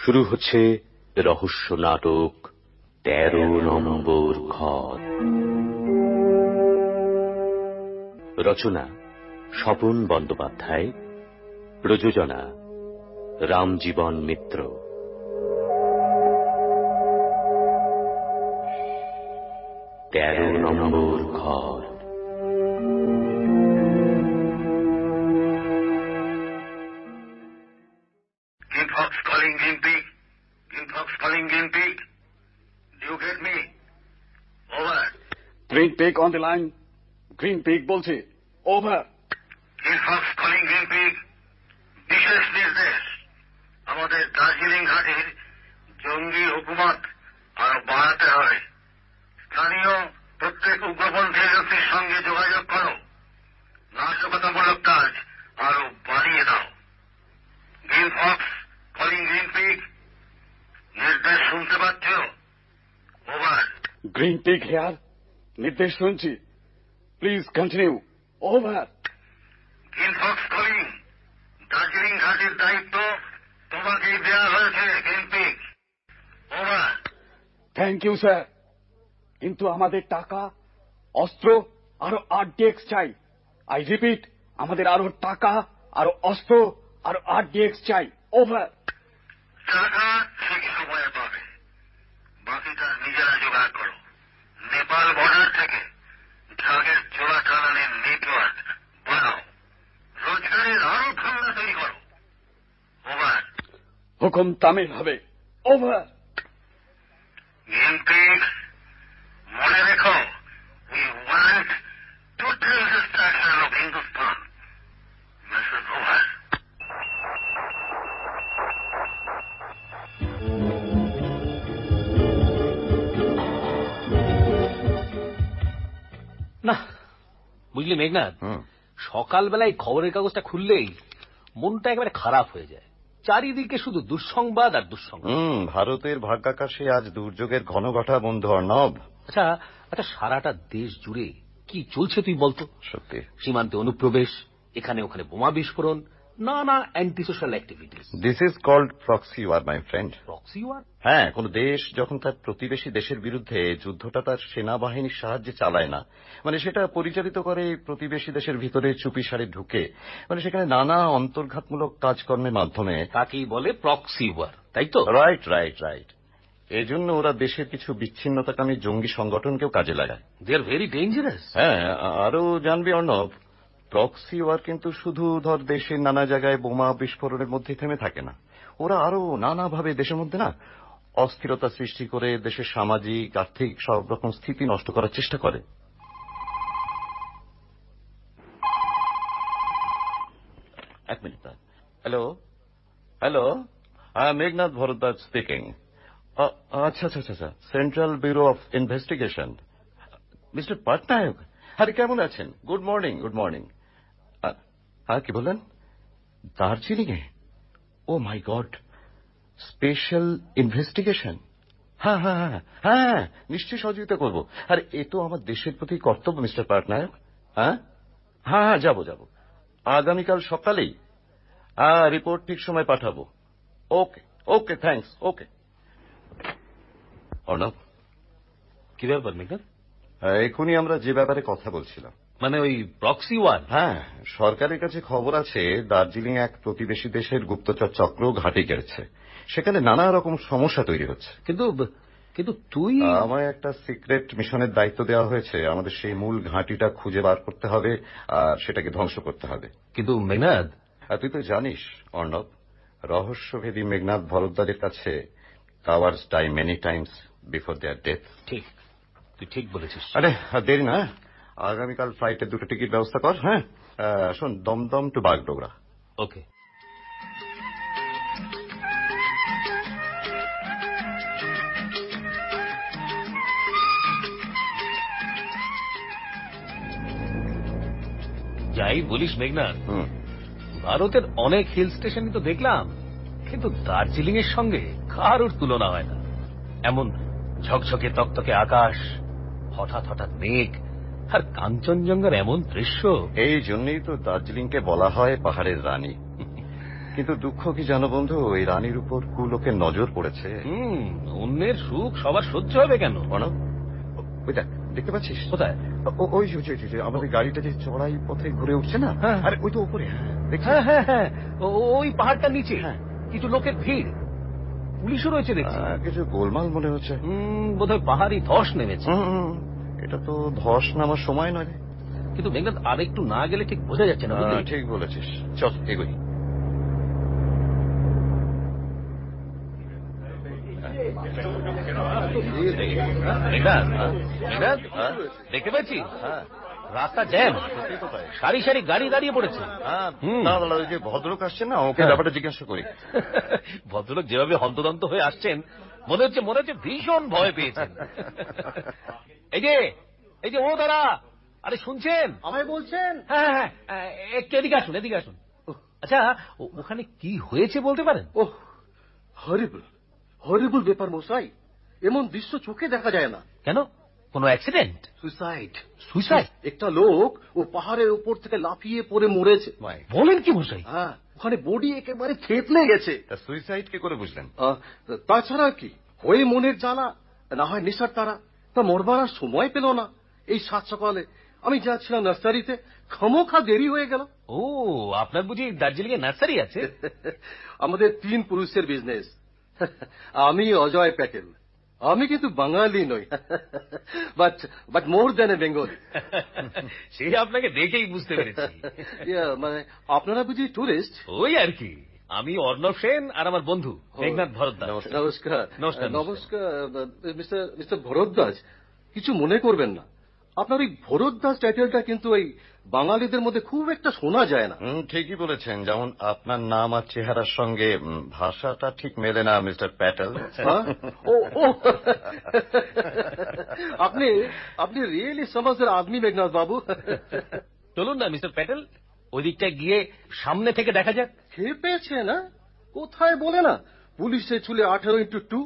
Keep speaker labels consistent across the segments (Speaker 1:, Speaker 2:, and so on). Speaker 1: শুরু হচ্ছে রহস্য নাটক ১৩ নম্বর ঘর রচনা স্বপন বন্দ্যোপাধ্যায় প্রযোজনা রামজীবন মিত্র তেরো নম্বর ঘর
Speaker 2: Green Fox calling Green Pig. Green Fox calling Green Pig. Do you get me? Over.
Speaker 3: Green Pig on the line. Green Pig বলছি over
Speaker 2: Green Fox calling Green Pig. বিশেষ নির্দেশ আমাদের দার্জিলিং ঘাটের জঙ্গি হুকুমত আরো বাড়াতে হবে স্থানীয় প্রত্যেক উগ্রপন্থী এজেন্সির সঙ্গে যোগাযোগ করো নাশকতামূলক কাজ আরো বাড়িয়ে দাও green fox calling green pig নির্দেশ শুনতে পাচ্ছ ওভার
Speaker 3: গ্রিন পিগ হেয়ার নির্দেশ শুনছি please continue over
Speaker 2: green fox calling Darjeeling ঘাটের দায়িত্ব তোমাকেই দেওয়া হয়েছে green pig over
Speaker 3: thank you sir কিন্তু আমাদের টাকা অস্ত্র আরো আরডিএক্স চাই আই রিপিট আমাদের আরো টাকা আরো অস্ত্র আরো আরডিএক্স চাই ওভার
Speaker 2: টাকা ঠিক সময়ে পাবে বাকিটা নিজেরা জোগাড় করো নেপাল বর্ডার থেকে ড্রাগের চোরা চালানের নেটওয়ার্ক বানাও রোজগারের আরো ধারণা তৈরি করো ওভার
Speaker 3: হুকুম তামিল হবে ওভার
Speaker 2: এমপি মনে রেখো we want total destruction of Hindustan Mrs over
Speaker 4: না বুঝলি মেঘনাথ সকালবেলায় খবরের কাগজটা খুললেই মনটা একেবারে খারাপ হয়ে যায় চারিদিকে শুধু দুঃসংবাদ আর দুঃসংবাদ
Speaker 5: হুম ভারতের ভাগ্যাকাশে আজ দুর্যোগের ঘনঘটা বন্ধু অর্ণব
Speaker 4: আচ্ছা আচ্ছা সারাটা দেশ জুড়ে কি চলছে তুই বলতো
Speaker 5: সত্যি
Speaker 4: সীমান্তে অনুপ্রবেশ এখানে ওখানে বোমা বিস্ফোরণ নানা anti social activities
Speaker 5: this is called proxy war my friend
Speaker 4: proxy
Speaker 5: হ্যাঁ কোন দেশ যখন তার প্রতিবেশী দেশের বিরুদ্ধে যুদ্ধটা তার সেনাবাহিনীর সাহায্যে চালায় না মানে সেটা পরিচালিত করে প্রতিবেশী দেশের ভিতরে চুপি সারে ঢুকে মানে সেখানে নানা অন্তর্ঘাতমূলক কাজকর্মের মাধ্যমে
Speaker 4: তাকেই বলে প্রক্সি তাই তো
Speaker 5: রাইট রাইট রাইট এজন্য ওরা দেশের কিছু বিচ্ছিন্নতাকামী জঙ্গি সংগঠনকেও কাজে লাগায়
Speaker 4: দে আর ভেরি ডেঞ্জারাস
Speaker 5: হ্যাঁ আ- আরো জানবি অর্ণব প্রক্সি ওয়ার কিন্তু শুধু ধর দেশের নানা জায়গায় বোমা বিস্ফোরণের মধ্যে থেমে থাকে না ওরা আরো নানাভাবে দেশের মধ্যে না অস্থিরতা সৃষ্টি করে দেশের সামাজিক আর্থিক সব রকম স্থিতি নষ্ট করার চেষ্টা করে এক মিনিট হ্যালো হ্যালো হ্যাঁ মেঘনাথ ভরদ্বাজ স্পিকিং আচ্ছা আচ্ছা আচ্ছা আচ্ছা central bureau of investigation mister Patnaik আরে কেমন আছেন গুড মর্নিং গুড মর্নিং হ্যাঁ কি বললেন Oh দার্জিলিং এ oh my god special investigation হ্যাঁ হ্যাঁ হ্যাঁ হ্যাঁ নিশ্চয়ই সহযোগিতা করব আর এ তো আমার দেশের প্রতি কর্তব্য মিস্টার পাটনায়ক হ্যাঁ হ্যাঁ হ্যাঁ যাবো যাবো আগামীকাল সকালেই হ্যাঁ রিপোর্ট ঠিক সময় পাঠাবো ওকে ওকে থ্যাঙ্কস ওকে অর্ণব
Speaker 4: কি ব্যাপার মেঘনাথ
Speaker 5: এখনই আমরা যে ব্যাপারে কথা বলছিলাম
Speaker 4: মানে ওই প্রক্সি ওয়ার
Speaker 5: হ্যাঁ সরকারের কাছে খবর আছে দার্জিলিং এক প্রতিবেশী দেশের গুপ্তচর চক্র ঘাটে গেড়েছে সেখানে নানা রকম সমস্যা তৈরি হচ্ছে
Speaker 4: কিন্তু কিন্তু তুই
Speaker 5: আমায় একটা সিক্রেট মিশনের দায়িত্ব দেওয়া হয়েছে আমাদের সেই মূল ঘাঁটিটা খুঁজে বার করতে হবে আর সেটাকে ধ্বংস করতে হবে
Speaker 4: কিন্তু মেঘনাথ
Speaker 5: আর তুই তো জানিস অর্ণব রহস্যভেদী মেঘনাথ ভরদ্বারের কাছে cowards die many times before their death
Speaker 4: ঠিক তুই ঠিক বলেছিস
Speaker 5: আরে আর দেরি না হ্যাঁ? আগামীকাল ফ্লাইটের দুটো টিকিট ব্যবস্থা কর হ্যাঁ আহ, শোন দমদম টু বাগডোগরা
Speaker 4: ওকে যাই বলিস মেঘনাথ
Speaker 5: হুম
Speaker 4: ভারতের অনেক হিল স্টেশনই তো দেখলাম কিন্তু দার্জিলিং এর সঙ্গে কারোর তুলনা হয় না এমন ঝকঝকে তকতকে আকাশ হঠাৎ হঠাৎ মেঘ আর কাঞ্চনজঙ্ঘার এমন দৃশ্য
Speaker 5: এই জন্যই তো দার্জিলিংকে বলা হয় পাহাড়ের রানী কিন্তু দুঃখ কি জানো বন্ধু এই রানীর উপর কুলোকে নজর পড়েছে
Speaker 4: হুম অন্যের সুখ সবার সহ্য হবে কেন
Speaker 5: অর্ণব ওই দেখ দেখতে পাচ্ছিস
Speaker 4: কোথায়
Speaker 5: ও- ওই যে, ওই যে, ওই যে, আমাদের গাড়িটা যে চড়াই পথে ঘুরে উঠছে না
Speaker 4: হ্যাঁ।
Speaker 5: আরে ওই তো উপরে হ্যাঁ দেখছিস?
Speaker 4: হ্যাঁ হ্যাঁ হ্যাঁ ও- ও- ওই পাহাড়টার নিচে
Speaker 5: হ্যাঁ।
Speaker 4: কিছু লোকের ভিড় পুলিশও রয়েছে দেখছি
Speaker 5: আহ, কিছু গোলমাল মনে হচ্ছে
Speaker 4: হুম বোধহয় পাহাড়ি ধস নেমেছে
Speaker 5: হুম, হুম, এটা তো ধস নামার সময় নয় রে।
Speaker 4: কিন্তু মেঘনাথ আর একটু না গেলে ঠিক বোঝা যাচ্ছে না বুঝলি?
Speaker 5: আহ, ঠিক বলেছিস চল এগোই
Speaker 4: মেঘনাথ মেঘনাথ দেখতে পাচ্ছিস
Speaker 5: হ্যাঁ
Speaker 4: রাস্তা জ্যাম
Speaker 5: সত্যি তো তাই।
Speaker 4: সারি সারি গাড়ি দাঁড়িয়ে পড়েছে
Speaker 5: হ্যাঁ,
Speaker 4: হুম।
Speaker 5: দাঁড়া, দাঁড়া, ওই যে ভদ্রলোক আসছে না ওকে
Speaker 4: হ্যাঁ।
Speaker 5: ব্যাপারটা জিজ্ঞাসা করি
Speaker 4: ভদ্রলোক যেভাবে হন্তদন্ত হয়ে আসছেন মনে হচ্ছে মনে হচ্ছে ভীষণ ভয় পেয়েছেন এই যে এই যে ও দাঁড়া আরে শুনছেন
Speaker 6: আমায় বলছেন
Speaker 4: হ্যাঁ হ্যাঁ হ্যাঁ, একটু এদিকে আসুন এদিকে আসুন আচ্ছা ও- ওখানে কি হয়েছে বলতে পারেন
Speaker 6: ও হরিবল হরিবল ব্যাপার মশাই এমন দৃশ্য চোখে দেখা যায় না
Speaker 4: কেন কোনো অ্যাক্সিডেন্ট
Speaker 6: সুইসাইড
Speaker 4: সুইসাইড
Speaker 6: একটা লোক ও পাহাড়ের উপর থেকে লাফিয়ে পড়ে মরেছে
Speaker 4: বলেন কি মশাই
Speaker 6: হ্যাঁ ওখানে বডি একেবারে থেতলে গেছে
Speaker 5: তা সুইসাইড কি করে বুঝলেন
Speaker 6: আহ, তাছাড়া কি হয়ে মনের জ্বালা না হয় নিশার তারা তা মরবার আর সময় পেল না এই সাত সকালে আমি যাচ্ছিলাম নার্সারিতে খমোখা দেরি হয়ে গেল
Speaker 4: ও আপনার বুঝি দার্জিলিং এ নার্সারি আছে
Speaker 6: আমাদের তিন পুরুষের বিজনেস আমি অজয় প্যাটেল আমি কিন্তু বাঙালি নই but but more than a Bengali
Speaker 4: সে আপনাকে দেখেই বুঝতে পেরেছি
Speaker 6: মানে আপনারা বুঝি টুরিস্ট
Speaker 4: ওই আর কি আমি অর্ণব সেন আর আমার বন্ধু মেঘনাথ ভরদ্দাস
Speaker 6: নমস্কার
Speaker 4: নমস্কার,
Speaker 6: নমস্কার মিস্টার মিস্টার ভরদ্দাস কিছু মনে করবেন না আপনার ওই ভরদ্দাস টাইটেলটা কিন্তু ওই বাঙালিদের মধ্যে খুব একটা শোনা যায় না
Speaker 5: হুম, ঠিকই বলেছেন যেমন আপনার নাম আর চেহারার সঙ্গে উম, ভাষাটা ঠিক মেলে না মিস্টার প্যাটেল
Speaker 6: হ্যাঁ? ও ও আপনি আপনি রিয়েলি সমাজের আদমি মেঘনাথ বাবু
Speaker 4: চলুন না মিস্টার প্যাটেল ওই দিকটা গিয়ে সামনে থেকে দেখা যাক
Speaker 6: খেয়ে পেয়েছে না কোথায় বলে না পুলিশে চুলে আঠারো ইন্টু টু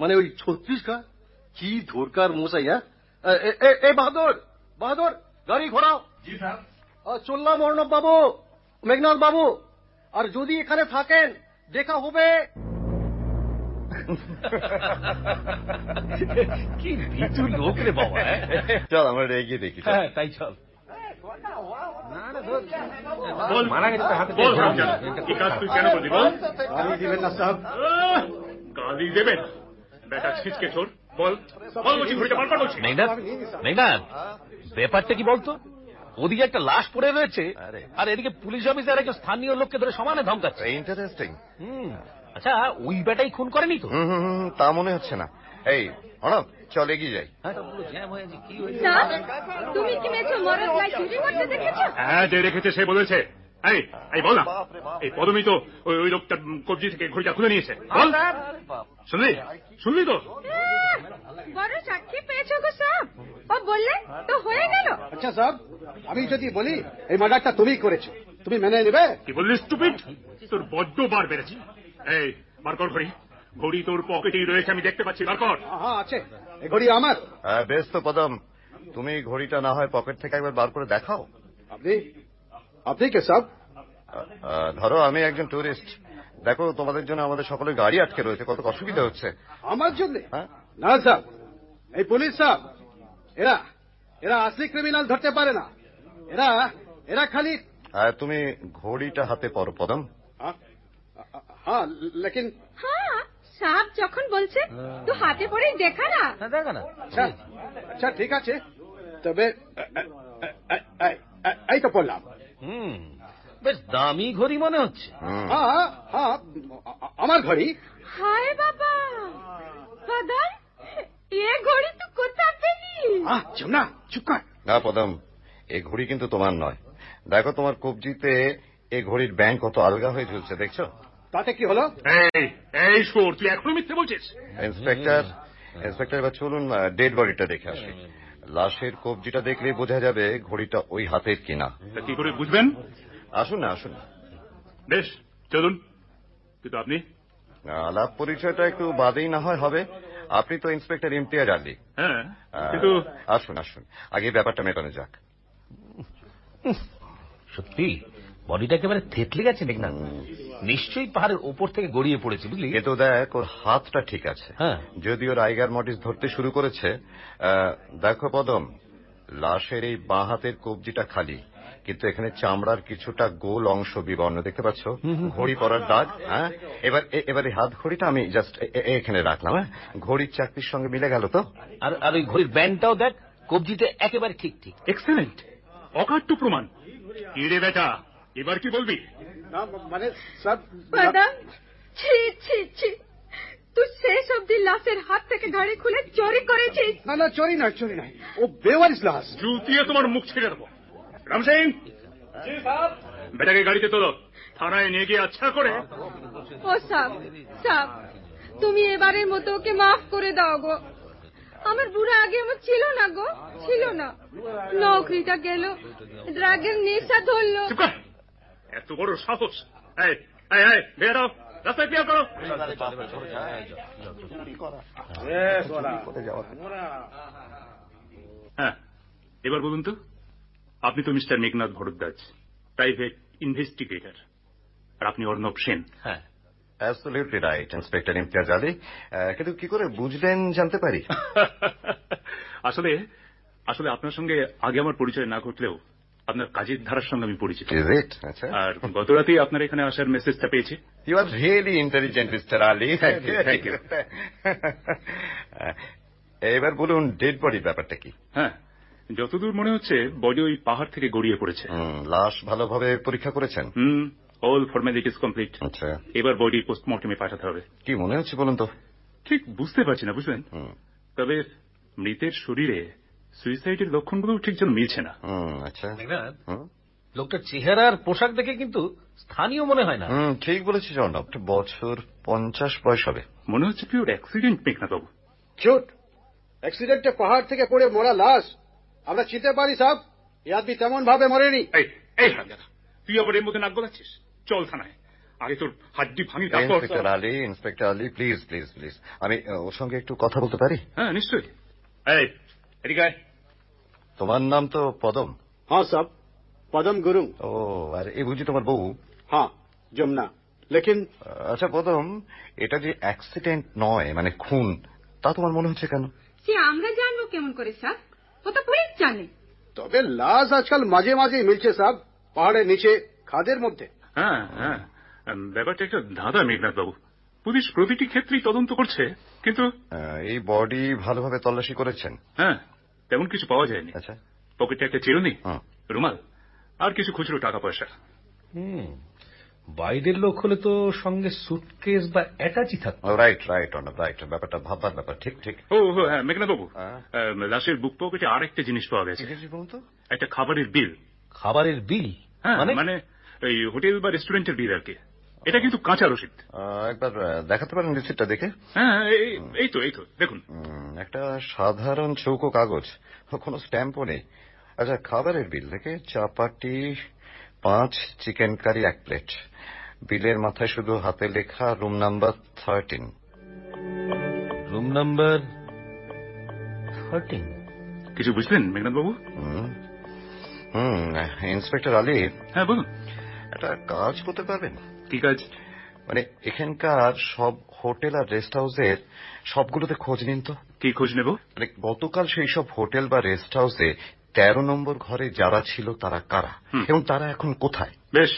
Speaker 6: মানে ওই ছত্রিশ কা কি ধরকার মশাই হ্যাঁ এ- এ- এ বাহাদুর বাহাদুর গাড়ি ঘোরাও জি স্যার চললাম অর্ণব বাবু মেঘনাথ বাবু আর যদি এখানে থাকেন দেখা হবে
Speaker 4: কি বিচু লোক রে বাবা হ্যাঁ?
Speaker 5: চল আমরা এটা এগিয়ে দেখি চল।
Speaker 4: হ্যাঁ তাই চল মারা গেছে তো হাতে
Speaker 7: বল হরিচাঁদ, এই কাজ তুই কেন করলি বল গালি দেবেন বেটা ছিটকে ছোট বল বল বলছি ঘুরিটা বারবার বলছি
Speaker 4: মেঘনাথ মেঘনাথ ব্যাপারটা কি বলতো ওদিকে একটা লাশ পড়ে রয়েছে
Speaker 5: আরে।
Speaker 4: আর এদিকে পুলিশ অফিসার একজন স্থানীয় লোককে ধরে সমানে ধমকাচ্ছে
Speaker 5: ইন্টারেস্টিং
Speaker 4: হুম
Speaker 6: হ্যাঁ।
Speaker 4: আচ্ছা ওই বেটাই খুন করেনি তো
Speaker 5: হুম, হুম, হুম, তা মনে হচ্ছে না এই অনব চল এগিয়ে যাই
Speaker 8: না তুমি কি মেছো মরদ গায়ে চুরি করতে দেখেছো
Speaker 7: হ্যাঁ যে রেখেছে সে বলেছে এই এই বল না এই পদমি তো ওই ওই লোকটা উম, কবজি থেকে ঘড়িটা খুলে নিয়েছে বল শুনলি শুনলি তো
Speaker 8: আহ, বড় সাক্ষী পেয়েছো গো সাহেব ও বললে তো হয়ে গেল
Speaker 6: আচ্ছা স্যার আমি যদি বলি এই মার্ডারটা তুমি করেছো তুমি মেনে নেবে
Speaker 7: কি বললি স্টুপিড তোর বড্ড বার বেড়েছে এই বার কর ঘড়ি ঘড়ি তোর পকেটেই রয়েছে আমি দেখতে পাচ্ছি বার কর
Speaker 6: হ্যাঁ আছে এ ঘড়ি আমার
Speaker 5: হ্যাঁ, বেশ তো পদম তুমি ঘড়িটা না হয় পকেট থেকে একবার বার করে দেখাও
Speaker 6: আপনি আপনি কে সাহেব
Speaker 5: আ, আ, ধরো আমি একজন টুরিস্ট দেখো তোমাদের জন্য আমাদের সকলের গাড়ি আটকে রয়েছে কত অসুবিধা হচ্ছে
Speaker 6: আমার জন্য
Speaker 5: হ্যাঁ
Speaker 6: না স্যার এই পুলিশ স্যার এরা এরা আসলি ক্রিমিনাল ধরতে পারে না এরা এরা খালি
Speaker 5: আর হ্যাঁ, তুমি ঘড়িটা হাতে পরো পদম
Speaker 6: হ্যাঁ? হ্যাঁ লেকিন
Speaker 8: হ্যাঁ সাহেব যখন বলছে তো হাতে পড়েই দেখা না
Speaker 4: দেখো না
Speaker 6: আচ্ছা আচ্ছা ঠিক আছে তবে এই তো বললাম
Speaker 4: হুম বেশ দামি ঘড়ি মনে হচ্ছে
Speaker 5: হুম।
Speaker 6: হ্যাঁ হ্যাঁ আমার ঘড়ি
Speaker 8: হায় বাবা বাদাম এ ঘড়ি তো কোথা পেলি
Speaker 6: আহ যমুনা চুপ কর
Speaker 5: না পদম এ ঘড়ি কিন্তু তোমার নয় দেখো তোমার কবজিতে এ ঘড়ির ব্যাংক কত আলগা হয়ে ঝুলছে দেখছো
Speaker 6: তাতে কি হলো
Speaker 7: এই এই সুর তুই এখনো মিথ্যে বলছিস
Speaker 5: ইন্সপেক্টর ইন্সপেক্টর এবার চলুন ডেড বডিটা দেখে আসি লাশের কবজিটা দেখলে বোঝা যাবে ঘড়িটা ওই হাতের কিনা
Speaker 7: তা কি করে বুঝবেন
Speaker 5: আসুন না আসুন না।
Speaker 7: বেশ চলুন কিন্তু আপনি
Speaker 5: আলাপ পরিচয়টা একটু বাদেই না হয় হবে আপনি তো ইন্সপেক্টর ইমতিয়াজ আলী
Speaker 7: হ্যাঁ
Speaker 5: আহ,
Speaker 7: কিন্তু
Speaker 5: আসুন আসুন আগে ব্যাপারটা মেটানো যাক
Speaker 4: সত্যি বডিটা একেবারে থেতলে গেছে মেঘনাথ নিশ্চয়ই পাহাড়ের ওপর থেকে গড়িয়ে পড়েছে বুঝলি
Speaker 5: কিন্তু দেখ ওর হাতটা ঠিক আছে
Speaker 4: হ্যাঁ।
Speaker 5: যদিও রাইগার মটিস ধরতে শুরু করেছে আহ, দেখো পদম লাশের এই বাঁ হাতের কবজিটা খালি কিন্তু এখানে চামড়ার কিছুটা গোল অংশ বিবর্ণ দেখতে পাচ্ছ ঘড়ি পরার দাগ হ্যাঁ এবার এ- এবার এই হাত ঘড়িটা আমি জাস্ট এখানে রাখলাম হ্যাঁ ঘড়ির চাকরির সঙ্গে মিলে গেল তো
Speaker 4: আর আর ওই ঘড়ির ব্যান্ডটাও দেখ কবজিতে একেবারে ঠিক ঠিক
Speaker 7: এক্সেলেন্ট অকাট্য প্রমাণ কি রে বেটা এবার কি বলবি
Speaker 3: মানে সব
Speaker 8: বাদাম ছি ছি ছি তুই শেষ অব্দি লাশের হাত থেকে ঘড়ি খুলে চুরি করেছিস
Speaker 3: না না চোরি না চোরি নাই ও বেওয়ারিস লাশ
Speaker 7: জুতিয়ে তোমার মুখ ছিঁড়ে দেবো রাম সিং বেটাকে গাড়িতে তোলো থানায় নিয়ে গিয়ে আচ্ছা করে
Speaker 8: ও সাপ সাপ তুমি এবারের মতো ওকে মাফ করে দাও গো আমার বুড়া আগে আমার ছিল না গো ছিল না নৌকরিটা গেল ড্রাগের নেশা ধরলো
Speaker 7: চুপ কর এত বড় সাহস এই এই এই বের হও রাস্তায় ক্লিয়ার করো হ্যাঁ এবার বলুন তো আপনি তো mister Meghnath Bharadwaj private investigator আর আপনি অর্ণব সেন
Speaker 4: হ্যাঁ
Speaker 5: absolutely right inspector Imtiaz Ali ah, কিন্তু কি করে বুঝলেন জানতে পারি
Speaker 7: আসলে আসলে আপনার সঙ্গে আগে আমার পরিচয় না ঘটলেও আপনার কাজের ধারার সঙ্গে আমি পরিচিত
Speaker 5: ইজ ইট আচ্ছা
Speaker 7: আর গতরাতেই আপনার এখানে আসার মেসেজটা পেয়েছি
Speaker 5: You are really intelligent, Mr. Ali. Thank you. Thank you. এবার বলুন ডেড বডির ব্যাপারটা কি
Speaker 7: হ্যাঁ যতদূর মনে হচ্ছে বডি ওই পাহাড় থেকে গড়িয়ে পড়েছে
Speaker 5: হুম, লাশ ভালোভাবে পরীক্ষা করেছেন
Speaker 7: হুম অল ফর্মালিটিস কমপ্লিট
Speaker 5: আচ্ছা
Speaker 7: এবার বডি পোস্টমর্টমে পাঠাতে হবে
Speaker 5: কি মনে হচ্ছে বলুন তো
Speaker 7: ঠিক বুঝতে পারছি না বুঝলেন
Speaker 5: হুম,
Speaker 7: তবে মৃতের শরীরে সুইসাইডের লক্ষণগুলো ঠিক যেন মিলছে না
Speaker 5: হুম, আচ্ছা
Speaker 4: মেঘনাথ
Speaker 5: হুম,
Speaker 4: লোকটার চেহারা আর পোশাক দেখে কিন্তু স্থানীয় মনে হয় না
Speaker 5: হুম, ঠিক বলেছিস অর্ণব একটা বছর পঞ্চাশ বয়স হবে
Speaker 7: মনে হচ্ছে পিওর অ্যাক্সিডেন্ট মেঘনাথবাবু
Speaker 3: চুট অ্যাক্সিডেন্টে পাহাড় থেকে পড়ে মরা লাশ আমরা চিনতে পারি সব এ আদমি তেমন ভাবে মরেনি
Speaker 7: এই এই হাজারা তুই আবার এর মধ্যে নাক গলাচ্ছিস চল থানায় আগে তোর হাড্ডি ভাঙি তারপর
Speaker 5: inspector Ali inspector Ali please please please আমি আহ, ওর সঙ্গে একটু কথা বলতে পারি
Speaker 7: হ্যাঁ নিশ্চয়ই এই এদিকে আয়।
Speaker 5: তোমার নাম তো পদম
Speaker 3: হ্যাঁ সব পদম গুরুং
Speaker 5: ও আর এ বুঝি তোমার বউ
Speaker 3: হ্যাঁ যমুনা লেকিন
Speaker 5: আচ্ছা পদম এটা যে অ্যাক্সিডেন্ট নয় মানে খুন তা তোমার মনে হচ্ছে কেন
Speaker 8: সে আমরা জানবো কেমন করে সাপ ও তো পুলিশ জানে
Speaker 3: তবে লাশ আজকাল মাঝে মাঝে মিলছে সব পাহাড়ের নিচে খাদের মধ্যে
Speaker 7: হ্যাঁ হ্যাঁ উম, ব্যাপারটা একটা ধাঁধা মেঘনাথবাবু পুলিশ প্রতিটি ক্ষেত্রেই তদন্ত করছে কিন্তু
Speaker 5: আহ, এই বডি ভালোভাবে তল্লাশি করেছেন
Speaker 7: হ্যাঁ তেমন কিছু পাওয়া যায়নি
Speaker 5: আচ্ছা হ্যাঁ।
Speaker 7: পকেটে একটা চিরুনি
Speaker 5: হুম।
Speaker 7: রুমাল আর কিছু খুচরো টাকা পয়সা
Speaker 4: হুম বাইরের লোক হলে তো সঙ্গে সুটকেস বা অ্যাটাচি থাকতো
Speaker 5: রাইট রাইট অর্ণব রাইট ব্যাপারটা ভাববার ব্যাপার ঠিক ঠিক
Speaker 7: ও ও, হ্যাঁ মেঘনাথবাবু
Speaker 5: হ্যাঁ।
Speaker 7: আম, লাশের বুক পকেটে আর একটা জিনিস পাওয়া গেছে
Speaker 5: ঠিক আছে বলুন তো
Speaker 7: একটা খাবারের বিল
Speaker 4: খাবারের বিল
Speaker 7: হ্যাঁ
Speaker 4: মানে
Speaker 7: মানে এই হোটেল বা রেস্টুরেন্টের বিল আর কি এটা কিন্তু কাঁচা রসিদ
Speaker 5: আহ, একবার আহ, দেখাতে পারেন রিসিপ্টটা দেখে
Speaker 7: হ্যাঁ এই- এই তো এই তো দেখুন
Speaker 5: উম, একটা সাধারণ চৌকো কাগজ কোনো স্ট্যাম্পও নেই আচ্ছা খাবারের বিল থেকে চাপাটি পাঁচ চিকেন কারি এক প্লেট বিলের মাথায় শুধু হাতে লেখা room number thirteen
Speaker 4: room number thirteen
Speaker 7: কিছু বুঝলেন মেঘনাথবাবু
Speaker 5: হুম ইন্সপেক্টর আলী
Speaker 7: হ্যাঁ বলুন
Speaker 5: একটা কাজ করতে পারবেন
Speaker 7: কি কাজ
Speaker 5: মানে এখানকার সব হোটেল আর রেস্ট হাউসের সবগুলোতে খোঁজ নিন তো
Speaker 7: কি খোঁজ নেব
Speaker 5: মানে গতকাল সেই সব হোটেল বা রেস্ট হাউসে তেরো নম্বর ঘরে যারা ছিল তারা কারা
Speaker 7: হুম।
Speaker 5: এবং তারা এখন কোথায়
Speaker 7: বেশ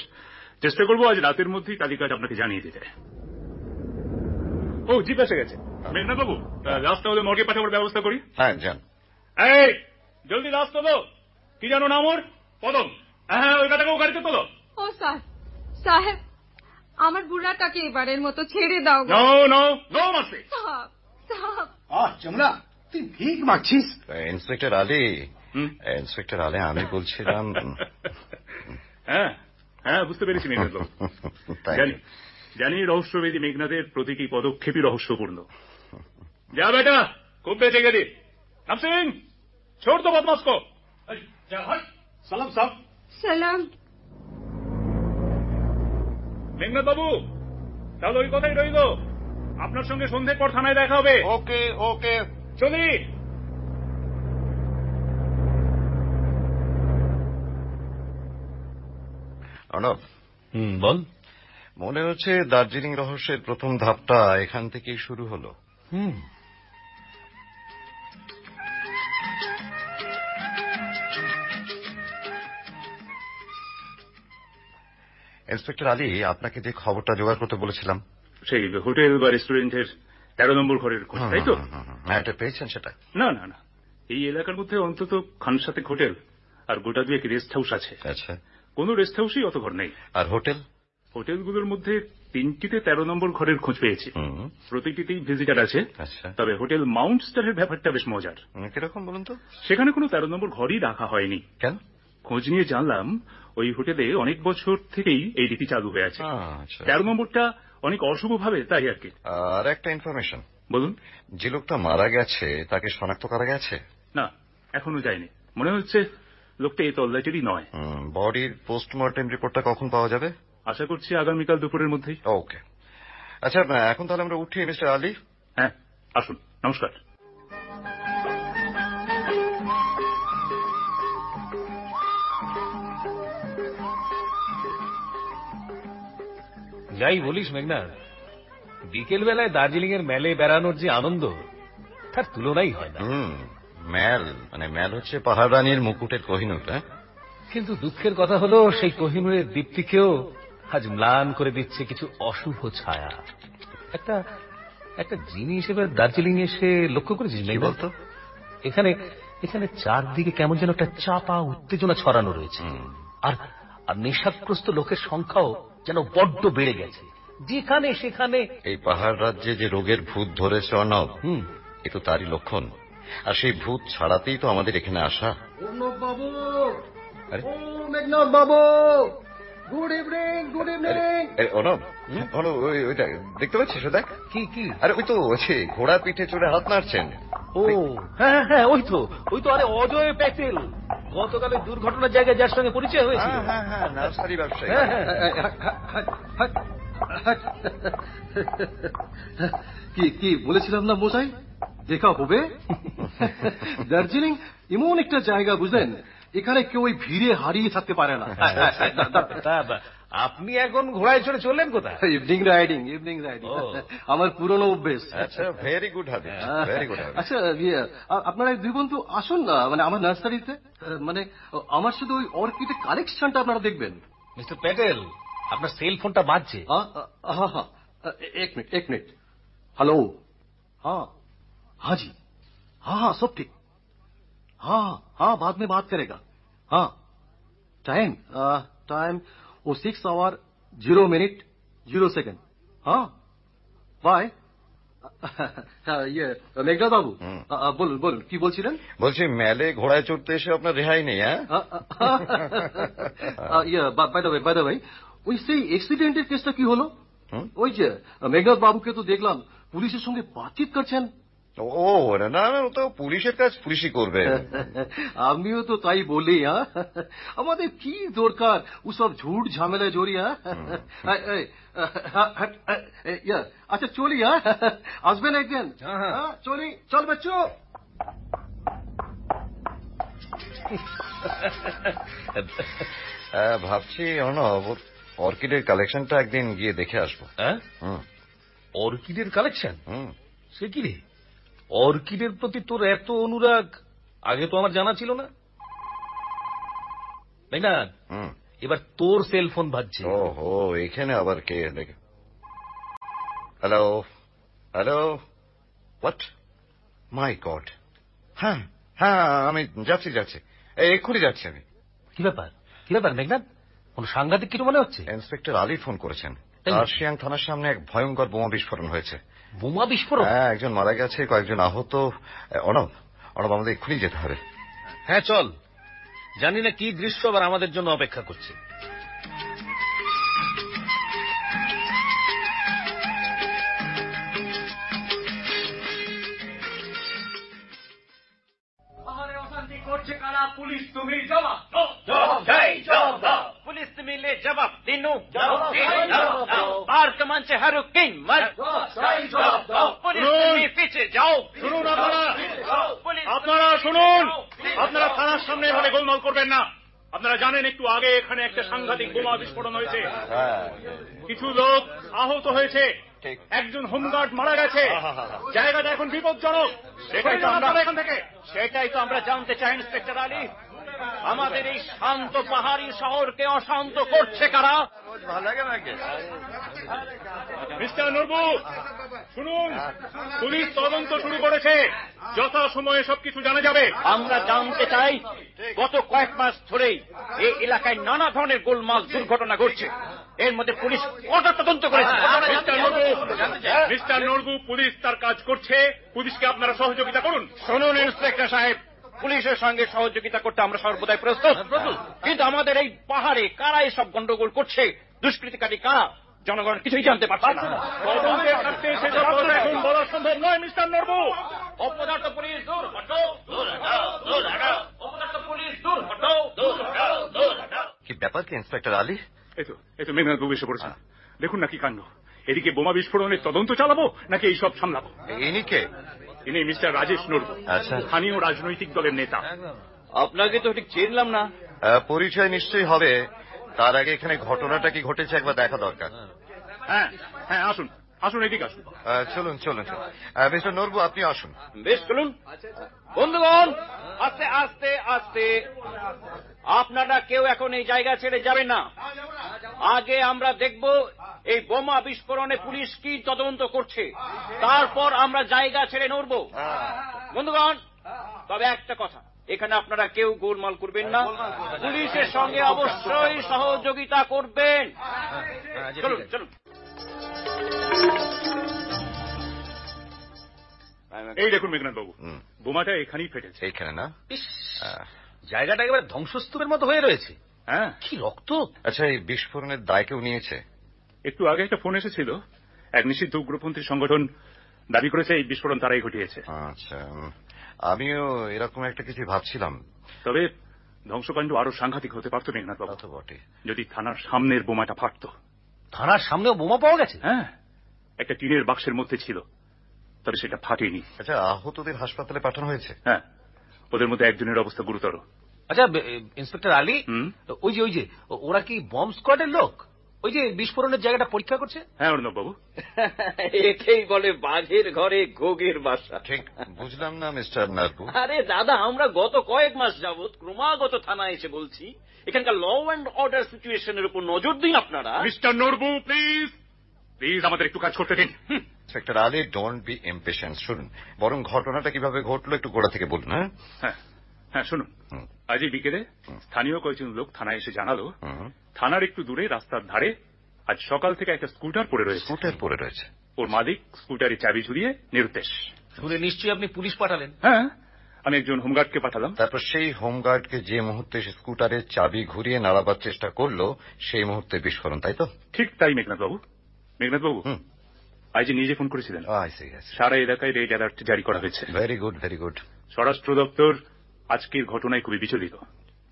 Speaker 7: চেষ্টা করবো আজ রাতের মধ্যেই তালিকাটা আপনাকে জানিয়ে দিতে
Speaker 5: আচ্ছা।
Speaker 7: ও জিপ এসে গেছে মেঘনাথবাবু লাশ তাহলে মর্গে পাঠাবার ব্যবস্থা করি
Speaker 5: হ্যাঁ যান
Speaker 7: এই জলদি লাশ তোলো কি জানো না ওর পদম হ্যাঁ ওই কথাকে ও গাড়িতে তোলো
Speaker 8: ও স্যার সাহেব আমার বুড়াটাকে এবারের মতো ছেড়ে দাও গো
Speaker 7: নো নো নো মাসি
Speaker 8: সাপ সাপ
Speaker 2: हाँ,
Speaker 3: আহ যমুনা তুই ভিক মাগছিস
Speaker 5: ইন্সপেক্টর আলী
Speaker 7: হুম।
Speaker 5: ইন্সপেক্টর আলী আমি বলছিলাম
Speaker 7: হ্যাঁ হ্যাঁ বুঝতে পেরেছি মেঘনাথবাবু
Speaker 5: Thank
Speaker 7: জানি
Speaker 5: you.
Speaker 7: জানি রহস্যবেদী মেঘনাথের প্রতিটি পদক্ষেপই রহস্যপূর্ণ যা বেটা খুব বেঁচে গেলি রাম সিং ছোট তো বদমাস কো সালাম সাহ
Speaker 8: সালাম
Speaker 7: মেঘনাথ বাবু তাহলে ওই কথাই রইল আপনার সঙ্গে সন্ধে পর থানায় দেখা হবে
Speaker 5: ওকে ওকে
Speaker 7: চলি
Speaker 5: অর্ণব
Speaker 4: হুম বল
Speaker 5: মনে হচ্ছে দার্জিলিং রহস্যের প্রথম ধাপটা এখান থেকেই শুরু হলো
Speaker 4: হুম
Speaker 5: ইন্সপেক্টর আলী আপনাকে যে খবরটা জোগাড় করতে বলেছিলাম
Speaker 7: সেই হোটেল বা রেস্টুরেন্টের তেরো নম্বর ঘরের খোঁজ তাই তো
Speaker 5: হুম, হুম, হুম, হ্যাঁ, এটা পেয়েছেন সেটা
Speaker 7: না না না এই এলাকার মধ্যে অন্তত খানসাতেক হোটেল আর গোটা দুয়েক রেস্ট হাউস আছে
Speaker 5: আচ্ছা
Speaker 7: কোনো রেস্ট হাউসই অত ঘর নেই
Speaker 5: আর হোটেল
Speaker 7: হোটেলগুলোর মধ্যে তিনটিতে তেরো নম্বর ঘরের খোঁজ পেয়েছি
Speaker 5: হুম
Speaker 7: প্রতিটিতেই ভিজিটার আছে
Speaker 5: আচ্ছা
Speaker 7: তবে হোটেল মাউন্ট স্টারের ব্যাপারটা বেশ মজার
Speaker 5: হুম, কিরকম বলুন তো
Speaker 7: সেখানে কোনো তেরো নম্বর ঘরই রাখা হয়নি
Speaker 5: কেন
Speaker 7: খোঁজ নিয়ে জানলাম ওই হোটেলে অনেক বছর থেকেই এই রীতি চালু হয়ে আছে
Speaker 5: আহ, আচ্ছা
Speaker 7: তেরো নম্বরটা অনেক অশুভ ভাবে তাই আর কি
Speaker 5: আর একটা ইনফরমেশন
Speaker 7: বলুন
Speaker 5: যে লোকটা মারা গেছে তাকে শনাক্ত করা গেছে
Speaker 7: না এখনো যায়নি মনে হচ্ছে লোকটা এই তল্লাটেরই নয়
Speaker 5: বডির পোস্টমর্টেম রিপোর্টটা কখন পাওয়া যাবে
Speaker 7: আশা করছি আগামীকাল দুপুরের মধ্যেই
Speaker 5: ওকে আচ্ছা এখন তাহলে আমরা উঠি মিস্টার আলী
Speaker 7: হ্যাঁ আসুন নমস্কার
Speaker 4: যাই বলিস মেঘনা বিকেল বেলায় দার্জিলিং এর মেলে বেড়ানোর যে আনন্দ তার তুলনাই হয় না
Speaker 5: হুম ম্যাল মানে ম্যাল হচ্ছে পাহাড় রানীর মুকুটের কোহিনুর হ্যাঁ
Speaker 4: কিন্তু দুঃখের কথা হলো সেই কোহিনুরের দীপ্তিকেও আজ ম্লান করে দিচ্ছে কিছু অশুভ ছায়া একটা একটা জিনিস এবার দার্জিলিং এসে লক্ষ্য করেছিস নাকি বলতো এখানে এখানে চারদিকে কেমন যেন একটা চাপা উত্তেজনা ছড়ানো রয়েছে আর আর নেশাগ্রস্ত লোকের সংখ্যাও যেন বড্ড বেড়ে গেছে যেখানে সেখানে
Speaker 5: এই পাহাড় রাজ্যে যে রোগের ভূত ধরেছে অর্ণব
Speaker 4: হুম
Speaker 5: এ তো তারই লক্ষণ আর সেই ভূত ছাড়াতেই তো আমাদের এখানে আসা
Speaker 6: অর্ণব বাবু
Speaker 5: আরে?
Speaker 6: ও মেঘনাথ বাবু গুড ইভিনিং গুড ইভিনিং
Speaker 5: আরে, অর্ণব অর্ণব ওই- ওইটা দেখতে পাচ্ছিস দেখ
Speaker 4: কি কি
Speaker 5: আরে ওই তো আছে ঘোড়ার পিঠে চড়ে হাত নাড়ছেন
Speaker 4: ও হ্যাঁ হ্যাঁ ওই তো ওই তো আরে অজয় প্যাটেল গতকালের দুর্ঘটনার জায়গায় যার সঙ্গে পরিচয় হয়েছিল
Speaker 5: হ্যাঁ হ্যাঁ হ্যাঁ নার্সারি ব্যবসায়ী
Speaker 4: হ্যাঁ হ্যাঁ
Speaker 6: কি কি বলেছিলাম না মশাই দেখা হবে দার্জিলিং এমন একটা জায়গা বুঝলেন এখানে কেউ ওই ভিড়ে হারিয়ে থাকতে পারে না
Speaker 4: হ্যাঁ, তা বা- আপনি এখন ঘোড়ায় চড়ে চললেন কোথায়
Speaker 6: ইভিনিং রাইডিং ইভিনিং রাইডিং
Speaker 4: ও।
Speaker 6: আমার পুরনো অভ্যেস
Speaker 5: আচ্ছা very good habit very good habit
Speaker 6: আচ্ছা ইয়ে, আ- আপনারা এই দুই বন্ধু আসুন না মানে আমার নার্সারিতে আহ, মানে আমার শুধু ওই অর্কিডের কালেকশনটা আপনারা দেখবেন
Speaker 4: মিস্টার প্যাটেল আপনার সেল ফোনটা বাজছে
Speaker 6: हाँ हाँ हाँ हाँ एक मिनट एक मिनट हेलो हाँ हाँ जी हाँ हाँ सब ठीक हाँ हाँ बाद में बात करेगा हाँ टाइम टाइम वो six hour zero minute zero second हाँ बाय हाँ, ये মেঘনা বাবু বলুন বলুন কি বলছিলেন
Speaker 5: বলছি মেলে ঘোড়ায় চড়তে এসে আপনার রেহাই নেই হ্যাঁ
Speaker 6: ইয়ে by the way by the way ওই সেই অ্যাক্সিডেন্টের কেসটা কি হলো
Speaker 5: হুম?
Speaker 6: ওই যে মেঘনাথ বাবুকে তো দেখলাম পুলিশের সঙ্গে বাতচিত করছেন
Speaker 5: ও না না ও তো পুলিশের কাজ পুলিশই করবে
Speaker 6: আমিও তো তাই বলি হ্যাঁ আমাদের কি দরকার ওসব ঝুট ঝামেলায় জড়ি হ্যাঁ এই, এই, হ্যাঁ, হ্যাঁ, এই, ইয়া, আচ্ছা চলি হ্যাঁ আসবেন একদিন
Speaker 4: হ্যাঁ, হ্যাঁ।
Speaker 6: হ্যাঁ, চলি চল বাচ্চু
Speaker 5: হ্যাঁ, ভাবছি অর্ণব ওর অর্কিডের কালেকশনটা একদিন গিয়ে দেখে আসবো
Speaker 4: হ্যাঁ
Speaker 5: হুম
Speaker 4: অর্কিডের কালেকশন
Speaker 5: হুম
Speaker 4: সে কি রে অর্কিডের প্রতি তোর এত অনুরাগ আগে তো আমার জানা ছিল না তাই না
Speaker 5: হুম
Speaker 4: এবার তোর সেল ফোন বাজছে
Speaker 5: ওহো এখানে আবার কে দেখে hello hello what my god হ্যাঁ হ্যাঁ আমি যাচ্ছি যাচ্ছি এই, এক্ষুনি যাচ্ছি আমি
Speaker 4: কি ব্যাপার কি ব্যাপার মেঘনাথ কোন সাংঘাতিক কিছু মনে হচ্ছে
Speaker 5: ইন্সপেক্টর আলী ফোন করেছেন
Speaker 4: তাই?
Speaker 5: কার্শিয়াং থানার সামনে এক ভয়ঙ্কর বোমা বিস্ফোরণ হয়েছে
Speaker 4: বোমা বিস্ফোরক
Speaker 5: হ্যাঁ একজন মারা গেছে কয়েকজন আহত এ, অর্ণব অর্ণব আমাদের এক্ষুনি যেতে হবে
Speaker 4: হ্যাঁ চল জানি না কি দৃশ্য আবার আমাদের জন্য অপেক্ষা করছে
Speaker 9: पुलिस मिले जवाब दिनू बार कमान से हर किन मर पुलिस तुम्हें पीछे जाओ
Speaker 7: শুনুন আপনারা
Speaker 9: पुलिस
Speaker 7: আপনারা শুনুন আপনারা থানার সামনে এভাবে গোলমাল করবেন না আপনারা জানেন একটু আগে এখানে একটা সাংঘাতিক বোমা বিস্ফোরণ হয়েছে
Speaker 5: হ্যাঁ
Speaker 7: কিছু লোক আহত হয়েছে
Speaker 5: ঠিক।
Speaker 7: একজন হোমগার্ড মারা গেছে জায়গাটা এখন বিপজ্জনক সেটাই তো আমরা এখান থেকে
Speaker 9: সেটাই তো আমরা জানতে চাই ইন্সপেক্টর আলী আমাদের এই শান্ত পাহাড়ি শহরকে অশান্ত করছে কারা
Speaker 5: ভালো লাগে নাকি
Speaker 7: মিস্টার নরবু শুনুন পুলিশ তদন্ত শুরু করেছে যথা সময়ে সবকিছু জানা যাবে
Speaker 9: আমরা জানতে চাই গত কয়েক মাস ধরেই এই এলাকায় নানা ধরনের গোলমাল দুর্ঘটনা ঘটছে এর মধ্যে পুলিশ কটা তদন্ত করেছে
Speaker 7: মিস্টার নরবু
Speaker 9: হ্যাঁ,
Speaker 7: মিস্টার নরবু পুলিশ তার কাজ করছে পুলিশকে আপনারা সহযোগিতা করুন
Speaker 9: শুনুন ইন্সপেক্টর সাহেব পুলিশের সঙ্গে সহযোগিতা করতে আমরা সর্বদাই প্রস্তুত
Speaker 7: হ্যাঁ,
Speaker 9: কিন্তু আমাদের এই পাহাড়ে কারা সব গন্ডগোল করছে দুষ্কৃতিকারী কারা জনগণ কিছুই জানতে পারছে না
Speaker 7: তদন্তের স্বার্থে সেসব কথা এখন বলা সম্ভব নয় মিস্টার নরবু
Speaker 9: অপদার্থ পুলিশ দূর হটো দূর হটাও দূর হটাও অপদার্থ পুলিশ দূর হটাও দূর হটাও দূর হটাও
Speaker 5: কি ব্যাপার কি ইন্সপেক্টর আলী
Speaker 7: এই তো এই তো মেঘনাথ বাবু এসে পড়েছেন দেখুন না কি কাণ্ড এদিকে বোমা বিস্ফোরণের তদন্ত চালাবো নাকি এইসব সামলাবো
Speaker 5: ইনি কে
Speaker 7: ইনি মিস্টার রাজেশ নরবু
Speaker 5: আচ্ছা।
Speaker 7: স্থানীয় রাজনৈতিক দলের নেতা
Speaker 9: আপনাকে তো ঠিক চিনলাম না
Speaker 5: আহ, পরিচয় নিশ্চয়ই হবে তার আগে এখানে ঘটনাটা কি ঘটেছে একবার দেখা দরকার
Speaker 7: হ্যাঁ হ্যাঁ আসুন আসুন এদিকে আসুন
Speaker 5: আহ, চলুন চলুন মিস্টার নরবু আপনি আসুন
Speaker 9: বেশ চলুন বন্ধুগণ আস্তে আস্তে আস্তে আপনারা কেউ এখন এই জায়গা ছেড়ে যাবেন না আগে আমরা দেখব এই বোমা বিস্ফোরণে পুলিশ কি তদন্ত করছে তারপর আমরা জায়গা ছেড়ে নড়ব বন্ধুগণ তবে একটা কথা এখানে আপনারা কেউ গোলমাল করবেন না পুলিশের সঙ্গে অবশ্যই সহযোগিতা করবেন চলুন চলুন
Speaker 7: এই দেখুন মেঘনাথ বাবু
Speaker 5: হুম।
Speaker 7: বোমাটা এখানেই ফেটেছে
Speaker 5: এইখানে না আহ,
Speaker 4: জায়গাটা একেবারে ধ্বংসস্তূপের মতো হয়ে রয়েছে
Speaker 7: হ্যাঁ
Speaker 4: কি রক্ত
Speaker 5: আচ্ছা এই বিস্ফোরণের দায় কেউ নিয়েছে
Speaker 7: একটু আগে একটা ফোন এসেছিল এক নিষিদ্ধ উগ্রপন্থী সংগঠন দাবি করেছে এই বিস্ফোরণ তারাই ঘটিয়েছে
Speaker 5: আচ্ছা উম, আমিও এরকম একটা কিছু ভাবছিলাম
Speaker 7: তবে ধ্বংসকাণ্ড আরো সাংঘাতিক হতে পারত মেঘনাথ বাবু
Speaker 5: তা তো বটে
Speaker 7: যদি থানার সামনের বোমাটা ফাটতো
Speaker 4: থানার সামনেও বোমা পাওয়া গেছে
Speaker 7: হ্যাঁ একটা টিনের বাক্সের মধ্যে ছিল তবে সেটা ফাটেনি
Speaker 5: আচ্ছা আহতদের হাসপাতালে পাঠানো হয়েছে
Speaker 7: হ্যাঁ ওদের মধ্যে একজনের অবস্থা গুরুতর
Speaker 4: আচ্ছা বে- ইন্সপেক্টর আলী
Speaker 7: হুম?
Speaker 4: ওই যে ওই যে ও- ওরা কি বম্ব স্কোয়াডের লোক ওই যে বিস্ফোরণের জায়গাটা পরীক্ষা করছে
Speaker 7: হ্যাঁ অর্ণব বাবু
Speaker 9: একেই বলে বাঘের ঘরে গোগের বাসা
Speaker 5: ঠিক বুঝলাম না মিস্টার নারপু
Speaker 9: আরে দাদা আমরা গত কয়েক মাস যাবত ক্রমাগত থানায় এসে বলছি এখানকার ল অ্যান্ড অর্ডার সিচুয়েশনের উপর নজর দিন আপনারা
Speaker 7: মিস্টার নরবু প্লিজ প্লিজ আমাদের একটু কাজ করতে দিন
Speaker 5: inspector Ali don't be impatient শুনুন বরং ঘটনাটা কিভাবে ঘটলো একটু গোড়া থেকে বলুন হ্যাঁ
Speaker 7: হ্যাঁ হ্যাঁ শুনুন
Speaker 5: হুম।
Speaker 7: আজই বিকেলে স্থানীয় কয়েকজন লোক থানায় এসে জানালো
Speaker 5: হুম।
Speaker 7: থানার একটু দূরে রাস্তার ধারে আজ সকাল থেকে একটা স্কুটার পড়ে রয়েছে
Speaker 5: স্কুটার পড়ে রয়েছে
Speaker 7: ওর মালিক স্কুটারে চাবি ঝুলিয়ে নিরুদ্দেশ
Speaker 4: শুনে নিশ্চয়ই আপনি পুলিশ পাঠালেন
Speaker 7: হ্যাঁ আমি একজন হোমগার্ডকে পাঠালাম
Speaker 5: তারপর সেই হোমগার্ডকে যে মুহূর্তে সে স্কুটারের চাবি ঘুরিয়ে নাড়াবার চেষ্টা করলো সেই মুহূর্তে বিস্ফোরণ তাই তো
Speaker 7: ঠিক তাই মেঘনাথ বাবু মেঘনাথ বাবু
Speaker 5: হুম।
Speaker 7: আজ নিজে ফোন করেছিলেন
Speaker 5: আইসি আইসি
Speaker 7: সারা এলাকায় রেড অ্যালার্ট জারি করা হয়েছে
Speaker 5: ভেরি গুড ভেরি গুড
Speaker 7: স্বরাষ্ট্র দপ্তর আজকের ঘটনায় খুবই বিচলিত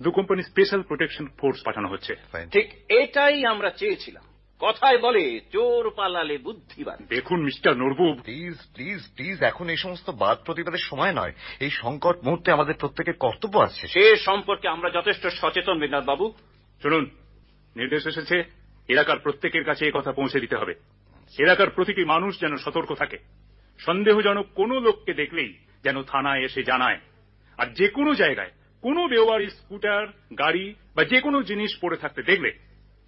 Speaker 7: দু কোম্পানি স্পেশাল প্রোটেকশন ফোর্স পাঠানো হচ্ছে
Speaker 9: ঠিক এটাই আমরা চেয়েছিলাম কথায় বলে চোর পালালে বুদ্ধিবান
Speaker 7: দেখুন mister Norbu
Speaker 5: please please please এখন এই সমস্ত বাদ প্রতিবাদের সময় নয় এই সংকট মুহূর্তে আমাদের প্রত্যেকের কর্তব্য আছে
Speaker 9: সে সম্পর্কে আমরা যথেষ্ট সচেতন মেঘনাথ বাবু
Speaker 7: শুনুন নির্দেশ এসেছে এলাকার প্রত্যেকের কাছে এই কথা পৌঁছে দিতে হবে এলাকার প্রতিটি মানুষ যেন সতর্ক থাকে সন্দেহজনক কোনো লোককে দেখলেই যেন থানায় এসে জানায় আর যে কোনো জায়গায় কোনো বেওয়ারি স্কুটার গাড়ি বা যে কোনো জিনিস পড়ে থাকতে দেখলে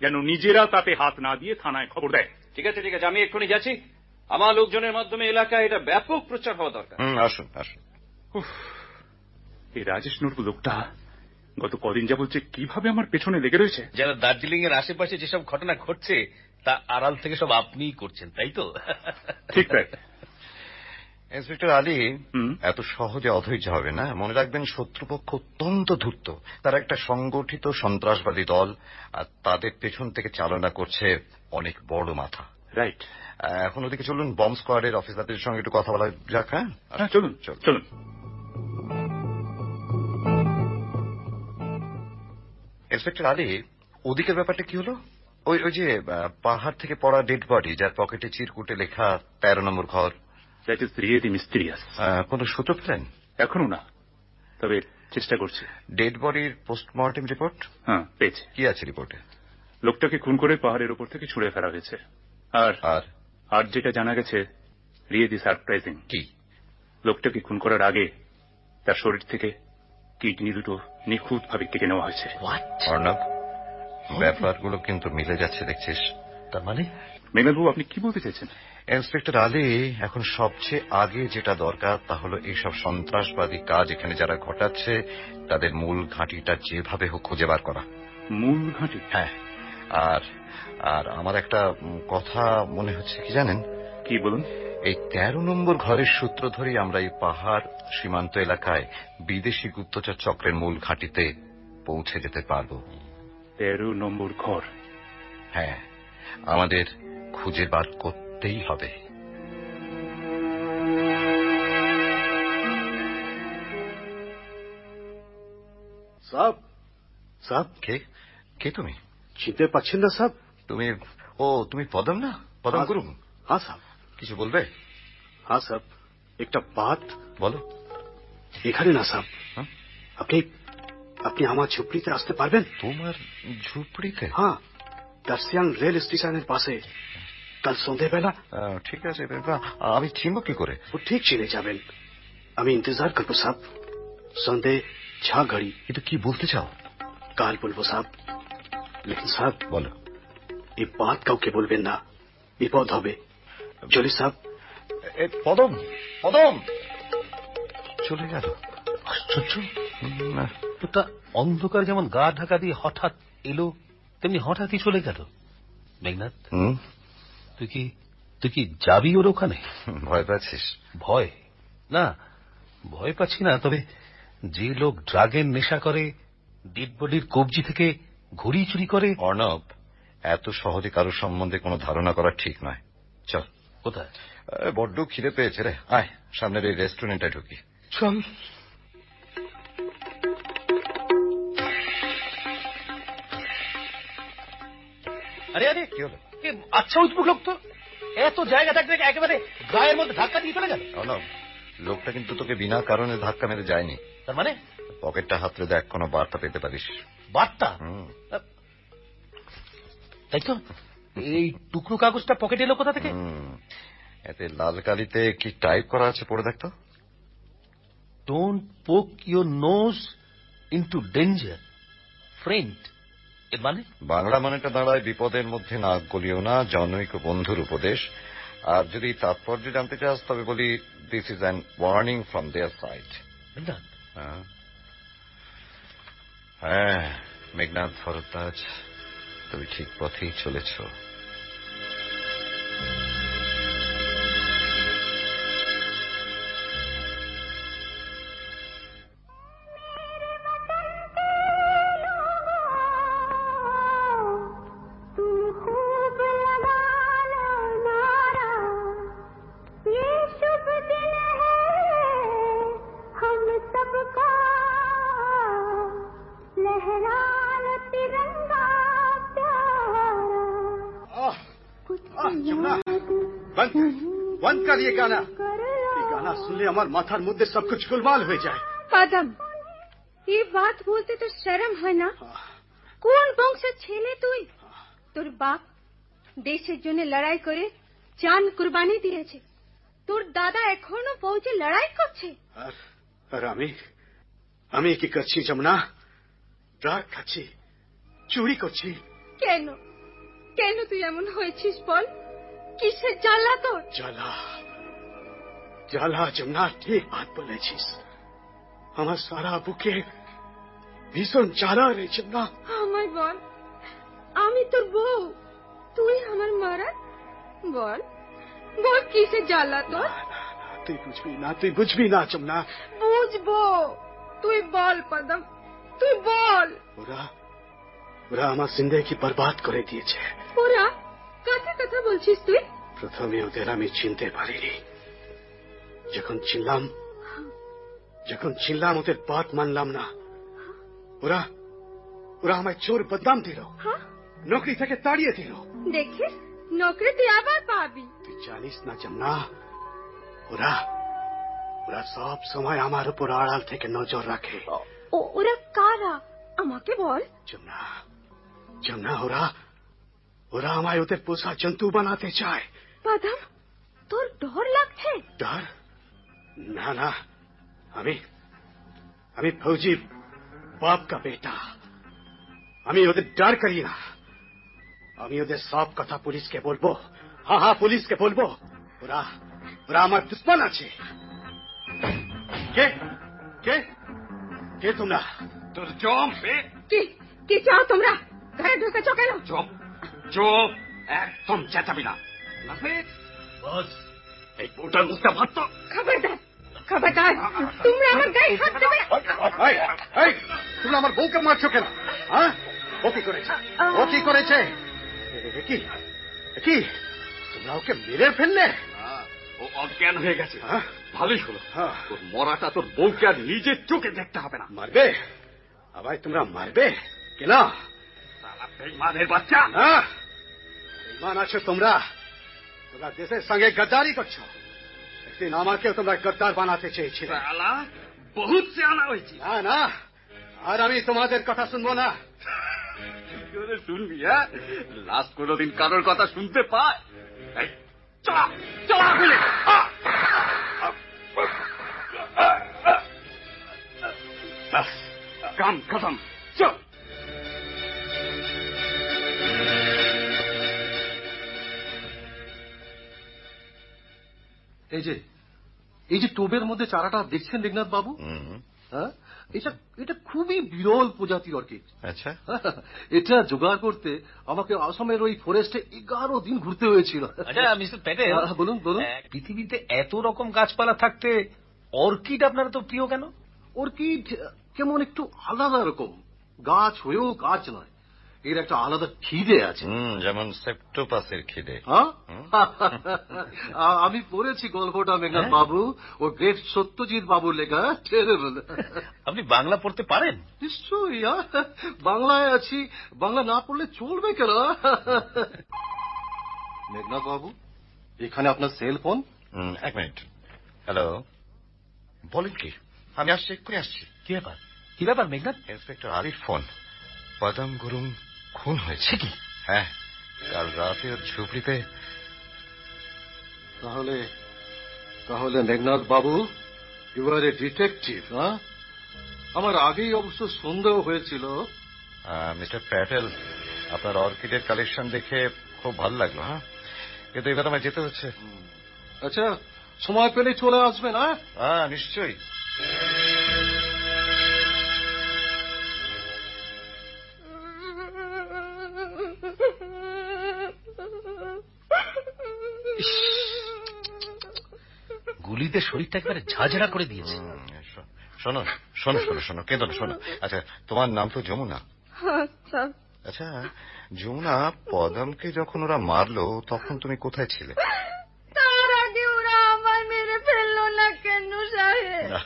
Speaker 7: যেন নিজেরা তাতে হাত না দিয়ে থানায় খবর দেয়
Speaker 9: ঠিক আছে ঠিক আছে আমি এক্ষুনি যাচ্ছি আমার লোকজনের মাধ্যমে এলাকায় এটা ব্যাপক প্রচার হওয়া দরকার
Speaker 5: হুম, আসুন আসুন
Speaker 7: এই রাজেশ নুরপুর লোকটা গত কদিন যাবত যে কিভাবে আমার পেছনে লেগে রয়েছে
Speaker 4: যারা দার্জিলিং এর আশেপাশে যেসব ঘটনা ঘটছে তা আড়াল থেকে সব আপনিই করছেন তাই তো
Speaker 7: ঠিক তাই
Speaker 5: ইন্সপেক্টর আলী
Speaker 7: হুম।
Speaker 5: এত সহজে অধৈর্য হবে না মনে রাখবেন শত্রুপক্ষ অত্যন্ত ধূর্ত তারা একটা সংগঠিত সন্ত্রাসবাদী দল আর তাদের পেছন থেকে চালনা করছে অনেক বড় মাথা
Speaker 7: রাইট
Speaker 5: আহ, এখন ওদিকে চলুন বম্ব স্কোয়াডের অফিসারদের সঙ্গে একটু কথা বলা যাক হ্যাঁ
Speaker 7: হ্যাঁ চলুন
Speaker 5: চলুন।
Speaker 7: চলুন
Speaker 5: ইন্সপেক্টর আলী ওদিকের ব্যাপারটা কি হলো ওই ওই যে আহ, পাহাড় থেকে পড়া ডেড বডি যার পকেটে চিরকুটে লেখা তেরো নম্বর ঘর
Speaker 7: that is really mysterious
Speaker 5: ah, কোনো সূত্র পেলেন
Speaker 7: এখনো না তবে চেষ্টা করছি
Speaker 5: ডেড বডির পোস্টমর্টেম রিপোর্ট
Speaker 7: হ্যাঁ পেয়েছি
Speaker 5: কি আছে রিপোর্টে
Speaker 7: লোকটাকে খুন করে পাহাড়ের ওপর থেকে ছুড়ে ফেলা হয়েছে আর
Speaker 5: আর
Speaker 7: আর যেটা জানা গেছে রিয়েলি সারপ্রাইজিং
Speaker 5: কি
Speaker 7: লোকটাকে খুন করার আগে তার শরীর থেকে কিডনি দুটো নিখুঁতভাবে কেটে নেওয়া হয়েছে
Speaker 5: অর্ণব ব্যাপারগুলো কিন্তু মিলে যাচ্ছে দেখছিস
Speaker 4: তার মানে
Speaker 7: মেঘনাথবাবু আপনি কি বলতে চাইছেন
Speaker 5: ইন্সপেক্টর আলী এখন সবচেয়ে আগে যেটা দরকার তা হলো এইসব সন্ত্রাসবাদী কাজ এখানে যারা ঘটাচ্ছে তাদের মূল ঘাঁটিটা যেভাবে হোক খুঁজে বার করা
Speaker 7: মূল ঘাঁটি
Speaker 5: হ্যাঁ আর আর আমার একটা উম, কথা মনে হচ্ছে কি জানেন
Speaker 7: কি বলুন
Speaker 5: এই তেরো নম্বর ঘরের সূত্র ধরেই আমরা এই পাহাড় সীমান্ত এলাকায় বিদেশি গুপ্তচর চক্রের মূল ঘাঁটিতে পৌঁছে যেতে পারবো
Speaker 7: তেরো নম্বর ঘর
Speaker 5: হ্যাঁ আমাদের খুঁজে বার করতেই হবে
Speaker 3: সাহ সাহ
Speaker 5: কে কে তুমি
Speaker 3: চিনতে পারছেন না সাহ
Speaker 5: তুমি ও তুমি পদম না পদম
Speaker 3: হ্যাঁ।
Speaker 5: গুরু
Speaker 3: হ্যাঁ সাহ
Speaker 5: কিছু বলবে
Speaker 3: হ্যাঁ সাহ একটা বাত
Speaker 5: বলো
Speaker 3: এখানে না সাহ
Speaker 5: হ্যাঁ?
Speaker 3: আপনি আপনি আমার ঝুপড়িতে আসতে পারবেন
Speaker 5: তোমার ঝুপড়িতে
Speaker 3: হ্যাঁ দার্সিয়াং রেল স্টেশনের পাশে কাল সন্ধেবেলা
Speaker 5: আহ, ঠিক আছে বাবা, আমি চিনব কি করে
Speaker 3: ও ঠিক চিনে যাবেন আমি ইন্তজার করবো সাহ সন্ধে ছ ঘড়ি
Speaker 5: কিন্তু কি বলতে চাও
Speaker 3: কাল বলবো সাহ লেকিন সাহ
Speaker 5: বলো
Speaker 3: এই বাত কাউকে বলবেন না বিপদ হবে চলি সাহ
Speaker 5: এ, পদম পদম চলে গেল আশ্চর্য না
Speaker 4: লোকটা অন্ধকার যেমন গা ঢাকা দিয়ে হঠাৎ এলো তেমনি হঠাৎই চলে গেল মেঘনাথ
Speaker 5: হুম
Speaker 4: তুই কি তুই কি যাবি ওর ওখানে
Speaker 5: ভয় পাচ্ছিস
Speaker 4: ভয় না ভয় পাচ্ছি না তবে যে লোক ড্রাগের নেশা করে ডেড বডির কবজি থেকে ঘুড়ি চুরি করে
Speaker 5: অর্ণব এত সহজে কারোর সম্বন্ধে কোনো ধারণা করা ঠিক নয় চল
Speaker 4: কোথায়
Speaker 5: এ, বড্ড খিদে পেয়েছে রে আয় সামনের এই রেস্টুরেন্টে ঢুকি
Speaker 4: চল আরে আরে
Speaker 5: কি হলো
Speaker 4: এ আচ্ছা উদ্ভুক লোক তো এত জায়গা থাকতে একেবারে গায়ের মধ্যে ধাক্কা দিয়ে চলে গেল
Speaker 5: অর্ণব লোকটা কিন্তু তোকে বিনা কারণে ধাক্কা মেরে যায়নি
Speaker 4: তার মানে
Speaker 5: পকেটটা হাতড়ে দেখ কোনো বার্তা পেতে পারিস
Speaker 4: বার্তা
Speaker 5: হুম
Speaker 4: তাই তো এই টুকরো কাগজটা পকেটে এলো কোথা থেকে
Speaker 5: হুম। এতে লাল কালিতে কি টাইপ করা আছে পড়ে দেখতো
Speaker 4: don't poke your nose into danger friend এর মানে
Speaker 5: বাংলা মানেটা দাঁড়ায় বিপদের মধ্যে নাক গলিও না জনৈক বন্ধুর উপদেশ আর যদি তাৎপর্য জানতে চাস তবে বলি this is an warning from there side
Speaker 4: Meghnath
Speaker 5: হ্যাঁ মেঘনাথ ভরদ্বাজ তুমি ঠিক পথেই চলেছ
Speaker 3: आह, आह, जमुना, बंद कर, बंद कर ये गाना ये गाना सुनले हमार माथार मुद्दे सब कुछ गुलमाल हो जाए
Speaker 8: পাদাম এই বাত বলতে তোর শরম হয় না কোন বংশের ছেলে তুই তোর বাপ দেশের জন্য লড়াই করে জান কুরবানি দিয়েছে তোর দাদা এখনো পৌঁছে লড়াই করছে
Speaker 3: আর আর আমি আমি কি করছি যমুনা ড্রাগ খাচ্ছি চুরি করছি
Speaker 8: কেন কেন তুই এমন হয়েছিস বল কিসের জ্বালা তোর
Speaker 3: জ্বালা জ্বালা যমুনা ঠিক বাত বলেছিস আমার সারা বুকে ভীষণ জ্বালা রে যমুনা
Speaker 8: আমায় বল আমি তোর বউ তুই আমার মারা বল বল কিসের জ্বালা তোর
Speaker 3: তুই বুঝবি না তুই বুঝবি না যমুনা
Speaker 8: বুঝবো তুই বল পদম তুই বল
Speaker 3: ওরা ওরা আমার জিন্দগি বরবাদ করে দিয়েছে
Speaker 8: ওরা কাকে কথা বলছিস তুই
Speaker 3: প্রথমে ওদের আমি চিনতে পারিনি যখন চিনলাম যখন চিনলাম ওদের বাদ মানলাম না ওরা ওরা আমায় চোর বদনাম দিল
Speaker 8: হ্যাঁ
Speaker 3: নৌকরি থেকে তাড়িয়ে দিল
Speaker 8: দেখিস নকরে তুই আবার পাবি
Speaker 3: তুই জানিস না যমনা ওরা ওরা সব সময় আমার উপর আড়াল থেকে নজর রাখে
Speaker 8: ও- ওরা কারা আমাকে বল
Speaker 3: যমুনা যমুনা ওরা ওরা আমায় ওদের পোষা জন্তু বানাতে চায়
Speaker 8: বাদাম তোর ডর লাগছে
Speaker 3: ডর না না আমি আমি ফৌজি বাপ का बेटा আমি ওদের ডর করি না আমি ওদের সব কথা পুলিশকে বলবো হ্যাঁ হ্যাঁ পুলিশকে বলবো ওরা ওরা আমার দুশ্মন আছে কে কে কে তোমরা তোর জম
Speaker 8: কি কি চাও তোমরা ঘরে ঢুকেছ কেন
Speaker 3: চুপ চুপ একদম চেঁচাবি না নাফিস এই পোর্টাল বুঝতে পারতো
Speaker 8: খবরদার খবরদার তোমরা আমার গায়ে হাত দেবে
Speaker 3: এই, এই, তোমরা আমার বউকে মারছো কেন হ্যাঁ ও কি করেছে ও কি করেছে এ- এ কি এ কি তোমরা ওকে মেরে ফেললে
Speaker 7: ও অজ্ঞান হয়ে গেছে
Speaker 3: হ্যাঁ?
Speaker 7: ভালোই হলো
Speaker 3: হ্যাঁ,
Speaker 7: তোর মরাটা তোর বউকে আর নিজের চোখে দেখতে হবে না
Speaker 3: মারবে আবার তোমরা মারবে কেন
Speaker 7: মানের বাচ্চা
Speaker 3: হ্যাঁ ইমান আছো তোমরা তোমরা দেশের সঙ্গে গদ্দারি করছো একদিন আমাকেও তোমরা গদ্দার বানাতে চেয়েছিলে
Speaker 7: বহুত সে আনা হয়েছে
Speaker 3: না না আর আমি তোমাদের কথা শুনবো না
Speaker 7: শুনবি হ্যাঁ লাস্ট কোনোদিন কারোর কথা শুনতে পায় এই, চলা চলা বলে কাম খতম চল
Speaker 6: এই যে এই যে টোবের মধ্যে চারাটা দেখছেন মেঘনাথ বাবু
Speaker 5: হুম,
Speaker 6: হ্যাঁ এটা এটা খুবই বিরল প্রজাতির অর্কিড
Speaker 5: আচ্ছা
Speaker 6: এটা জোগাড় করতে আমাকে আসামের ওই ফরেস্টে এগারো দিন ঘুরতে হয়েছিল
Speaker 4: আচ্ছা মিস্টার প্যাটেল
Speaker 6: হ্যাঁ, বলুন, বলুন।
Speaker 4: আহ, পৃথিবীতে এত রকম গাছপালা থাকতে অর্কিড আপনারা তো প্রিয় কেন
Speaker 6: অর্কিড কেমন একটু আলাদা রকম গাছ হয়েও গাছ নয় এর একটা আলাদা খিদে আছে
Speaker 5: হুম যেমন সেপ্টোপাসের খিদে
Speaker 6: হ্যাঁ?
Speaker 5: হুম।
Speaker 6: আ- আমি পড়েছি গল্পটা মেঘনাথ বাবু ও গ্রেট সত্যজিৎ বাবুর লেখা হ্যাঁ? টেরেবল
Speaker 4: আপনি বাংলা পড়তে পারেন
Speaker 6: নিশ্চয়ই আ? বাংলায় আছি বাংলা না পড়লে চলবে কেন মেঘনাথ বাবু এখানে আপনার সেল ফোন
Speaker 5: হুম, এক মিনিট হ্যালো বলেন কি আমি আসছি এক্ষুনি আসছি
Speaker 4: কি ব্যাপার কি ব্যাপার মেঘনাথ
Speaker 5: ইন্সপেক্টর আরিফ ফোন বাদাম গুরুং খুন হয়েছে কি হ্যাঁ কাল রাতে ওর ঝুপড়িতে
Speaker 6: তাহলে তাহলে মেঘনাথ বাবু ইউ আর এ ডিটেকটিভ হ্যাঁ? আমার আগেই অবশ্য সন্দেহ হয়েছিল
Speaker 5: মিস্টার প্যাটেল আপনার অর্কিডের কালেকশন দেখে খুব ভালো লাগলো হ্যাঁ কিন্তু এবার আমায় যেতে হচ্ছে
Speaker 6: আচ্ছা সময় পেলেই চলে আসবে না
Speaker 5: হ্যাঁ নিশ্চয়ই
Speaker 4: গুলিতে শরীরটা একেবারে ঝাঁঝরা করে দিয়েছে
Speaker 5: হুম, শো- শোনো শোনো শোনো শোনো কেঁদো না, শোনো আচ্ছা তোমার নাম তো যমুনা
Speaker 8: আচ্ছা
Speaker 5: আচ্ছা যমুনা পদমকে যখন ওরা মারলো তখন তুমি কোথায় ছিলে
Speaker 8: তার আগে ওরা আমায় মেরে ফেললো না কেন সাহেব
Speaker 5: না,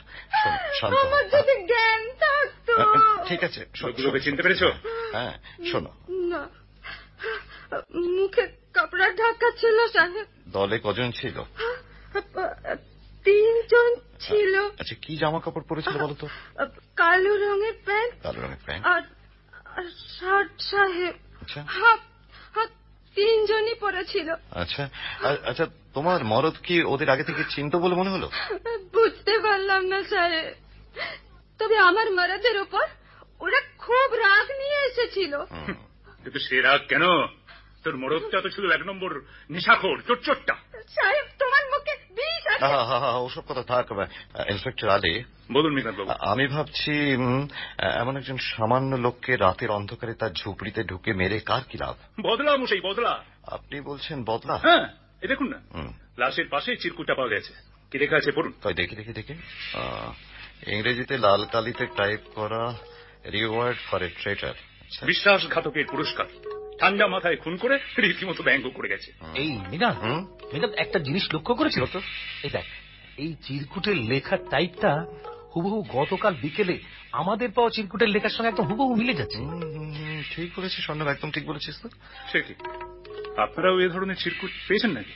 Speaker 5: শোনো, শান্ত হও।
Speaker 8: আমার যদি জ্ঞান থাকতো
Speaker 5: হ্যাঁ, ঠিক আছে শোনো,
Speaker 7: লোকগুলোকে
Speaker 5: শোনো,
Speaker 7: চিনতে পেরেছো?
Speaker 5: হ্যাঁ শোনো
Speaker 8: না মুখে কাপড়া ঢাকা ছিল সাহেব
Speaker 5: দলে কজন ছিল
Speaker 8: তিনজন ছিল
Speaker 5: আচ্ছা কি জামা কাপড় পরেছিল বলো তো
Speaker 8: কালো রঙের প্যান্ট
Speaker 5: কালো রঙের প্যান্ট
Speaker 8: আর আর শার্ট সাহেব
Speaker 5: আচ্ছা
Speaker 8: হাফ হাফ তিনজনই পড়েছিল
Speaker 5: আচ্ছা আর- আচ্ছা তোমার মরদ কি ওদের আগে থেকে চিনতো বলে মনে হলো
Speaker 8: বুঝতে পারলাম না সাহেব তবে আমার মরাদের উপর ওরা খুব রাগ নিয়ে এসেছিল
Speaker 5: হুম,
Speaker 7: কিন্তু সে রাগ কেন তোর মরদটা তো ছিল এক নম্বর নিশাখোর চোরচোরটা
Speaker 8: সাহেব তোমার মুখে বিষ
Speaker 5: হা,
Speaker 8: আছে
Speaker 5: হা, হা, হা, ওসব কথা থাক ইন্সপেক্টর আলী
Speaker 7: বলুন মিকান বাবু
Speaker 5: আমি ভাবছি উম, এমন একজন সামান্য লোককে রাতের অন্ধকারে তার ঝুপড়িতে ঢুকে মেরে কার কি লাভ
Speaker 7: বদলা মশাই বদলা
Speaker 5: আপনি বলছেন বদলা
Speaker 7: হ্যাঁ এ দেখুন না
Speaker 5: হুম,
Speaker 7: লাশের পাশে চিরকুটটা পাওয়া গেছে কি লেখা আছে পড়ুন
Speaker 5: তাই দেখি দেখি দেখি আহ, ইংরেজিতে লাল কালিতে টাইপ করা রিওয়ার্ড ফর এ ট্রেটার
Speaker 7: বিশ্বাসঘাতকের পুরস্কার ঠান্ডা মাথায় খুন করে রীতিমতো ব্যঙ্গ করে গেছে
Speaker 4: এই মেঘনাথ
Speaker 5: হুম?
Speaker 4: মেঘনাথ একটা জিনিস লক্ষ্য করেছিল তো এই দেখ এই চিরকুটের লেখার টাইপটা হুবহু গতকাল বিকেলে আমাদের পাওয়া চিরকুটের লেখার সঙ্গে একদম হুবহু মিলে যাচ্ছে
Speaker 5: ঠিক বলেছিস সন্ধ্যা একদম ঠিক বলেছিস তো
Speaker 7: সে কি আপনারাও এ ধরনের চিরকুট পেয়েছেন নাকি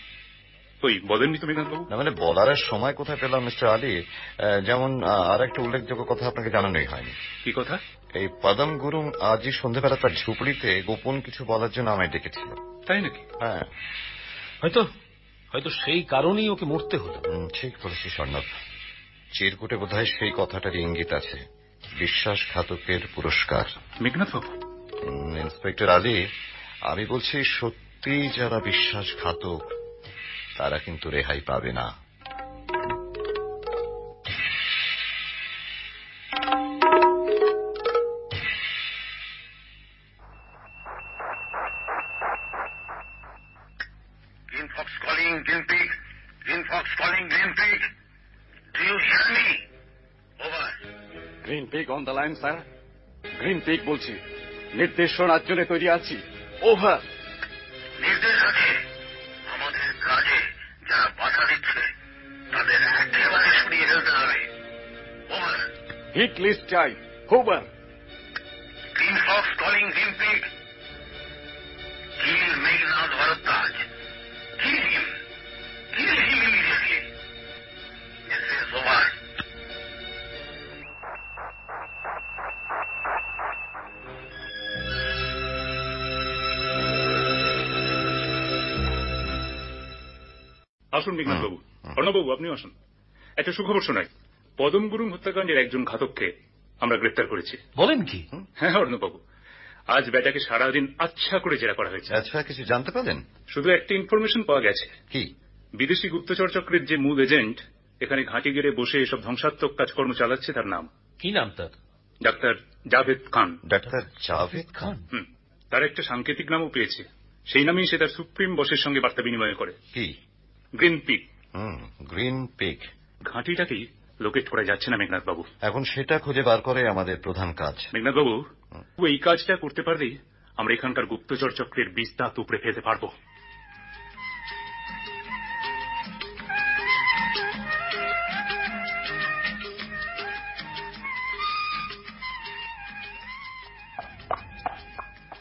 Speaker 7: ওই বলেননি তো মেঘনাথবাবু
Speaker 5: না মানে বলার আর সময় কোথায় পেলাম মিস্টার আলী আহ, যেমন আর একটা উল্লেখযোগ্য কথা আপনাকে জানানোই হয়নি
Speaker 7: কি কথা
Speaker 5: এই পদম গুরুং আজই সন্ধ্যেবেলা তার ঝুপড়িতে গোপন কিছু বলার জন্য আমায় ডেকেছিল
Speaker 7: তাই নাকি
Speaker 5: হ্যাঁ
Speaker 4: হয়তো হয়তো সেই কারণেই ওকে মরতে হলো
Speaker 5: হুম, ঠিক বলেছি স্বর্ণব চিরকুটে বোধহয় সেই কথাটার ইঙ্গিত আছে বিশ্বাসঘাতকের পুরস্কার
Speaker 7: মেঘনাথবাবু
Speaker 5: হুম, ইন্সপেক্টর আলী আমি বলছি সত্যি যারা বিশ্বাসঘাতক তারা কিন্তু রেহাই পাবে না
Speaker 2: Green fox calling green pig. Green fox calling green pig. Do you hear me? Over.
Speaker 3: Green pig on the line sir green pig বলছি নির্দেশনার জন্য তৈরি আছি ওভার
Speaker 2: নির্দেশ আছে আমাদের কাজে যারা বাধা দিচ্ছে তাদের একেবারে সরিয়ে ফেলতে হবে ওভার
Speaker 3: হিট লিস্ট চাই over
Speaker 2: green fox calling green pig kill Meghnath Bharadwaj kill him kill him immediately this is over
Speaker 7: আসুন মেঘনাথবাবু অর্ণবাবু আপনিও আসুন একটা সুখবর শোনাই পদম গুরুং হত্যাকাণ্ডের একজন ঘাতককে আমরা গ্রেপ্তার করেছি
Speaker 4: বলেন কি
Speaker 7: হ্যাঁ অর্ণবাবু আজ বেটাকে সারাদিন আচ্ছা করে জেরা করা হয়েছে
Speaker 5: আচ্ছা কিছু জানতে পারেন
Speaker 7: শুধু একটা ইনফরমেশন পাওয়া গেছে
Speaker 5: কি
Speaker 7: বিদেশি গুপ্তচর চক্রের যে মূল এজেন্ট এখানে ঘাঁটি গেড়ে বসে এসব ধ্বংসাত্মক কাজকর্ম চালাচ্ছে তার নাম
Speaker 4: কি নাম তার
Speaker 7: ডাক্তার জাভেদ খান
Speaker 5: ডাক্তার জাভেদ খান
Speaker 7: হুম, তার একটা সাংকেতিক নামও পেয়েছে সেই নামেই সে তার সুপ্রিম বসের সঙ্গে বার্তা বিনিময় করে
Speaker 5: কি
Speaker 7: গ্রিন পিক
Speaker 5: হুম গ্রিন পিক
Speaker 7: ঘাঁটিটাকেই লোকেট করা যাচ্ছে না মেঘনাথবাবু
Speaker 5: এখন সেটা খুঁজে বার করে আমাদের প্রধান কাজ
Speaker 7: মেঘনাথবাবু এই কাজটা করতে পারলেই আমরা এখানকার গুপ্তচর চক্রের বিস্তার উপড়ে ফেলতে পারবো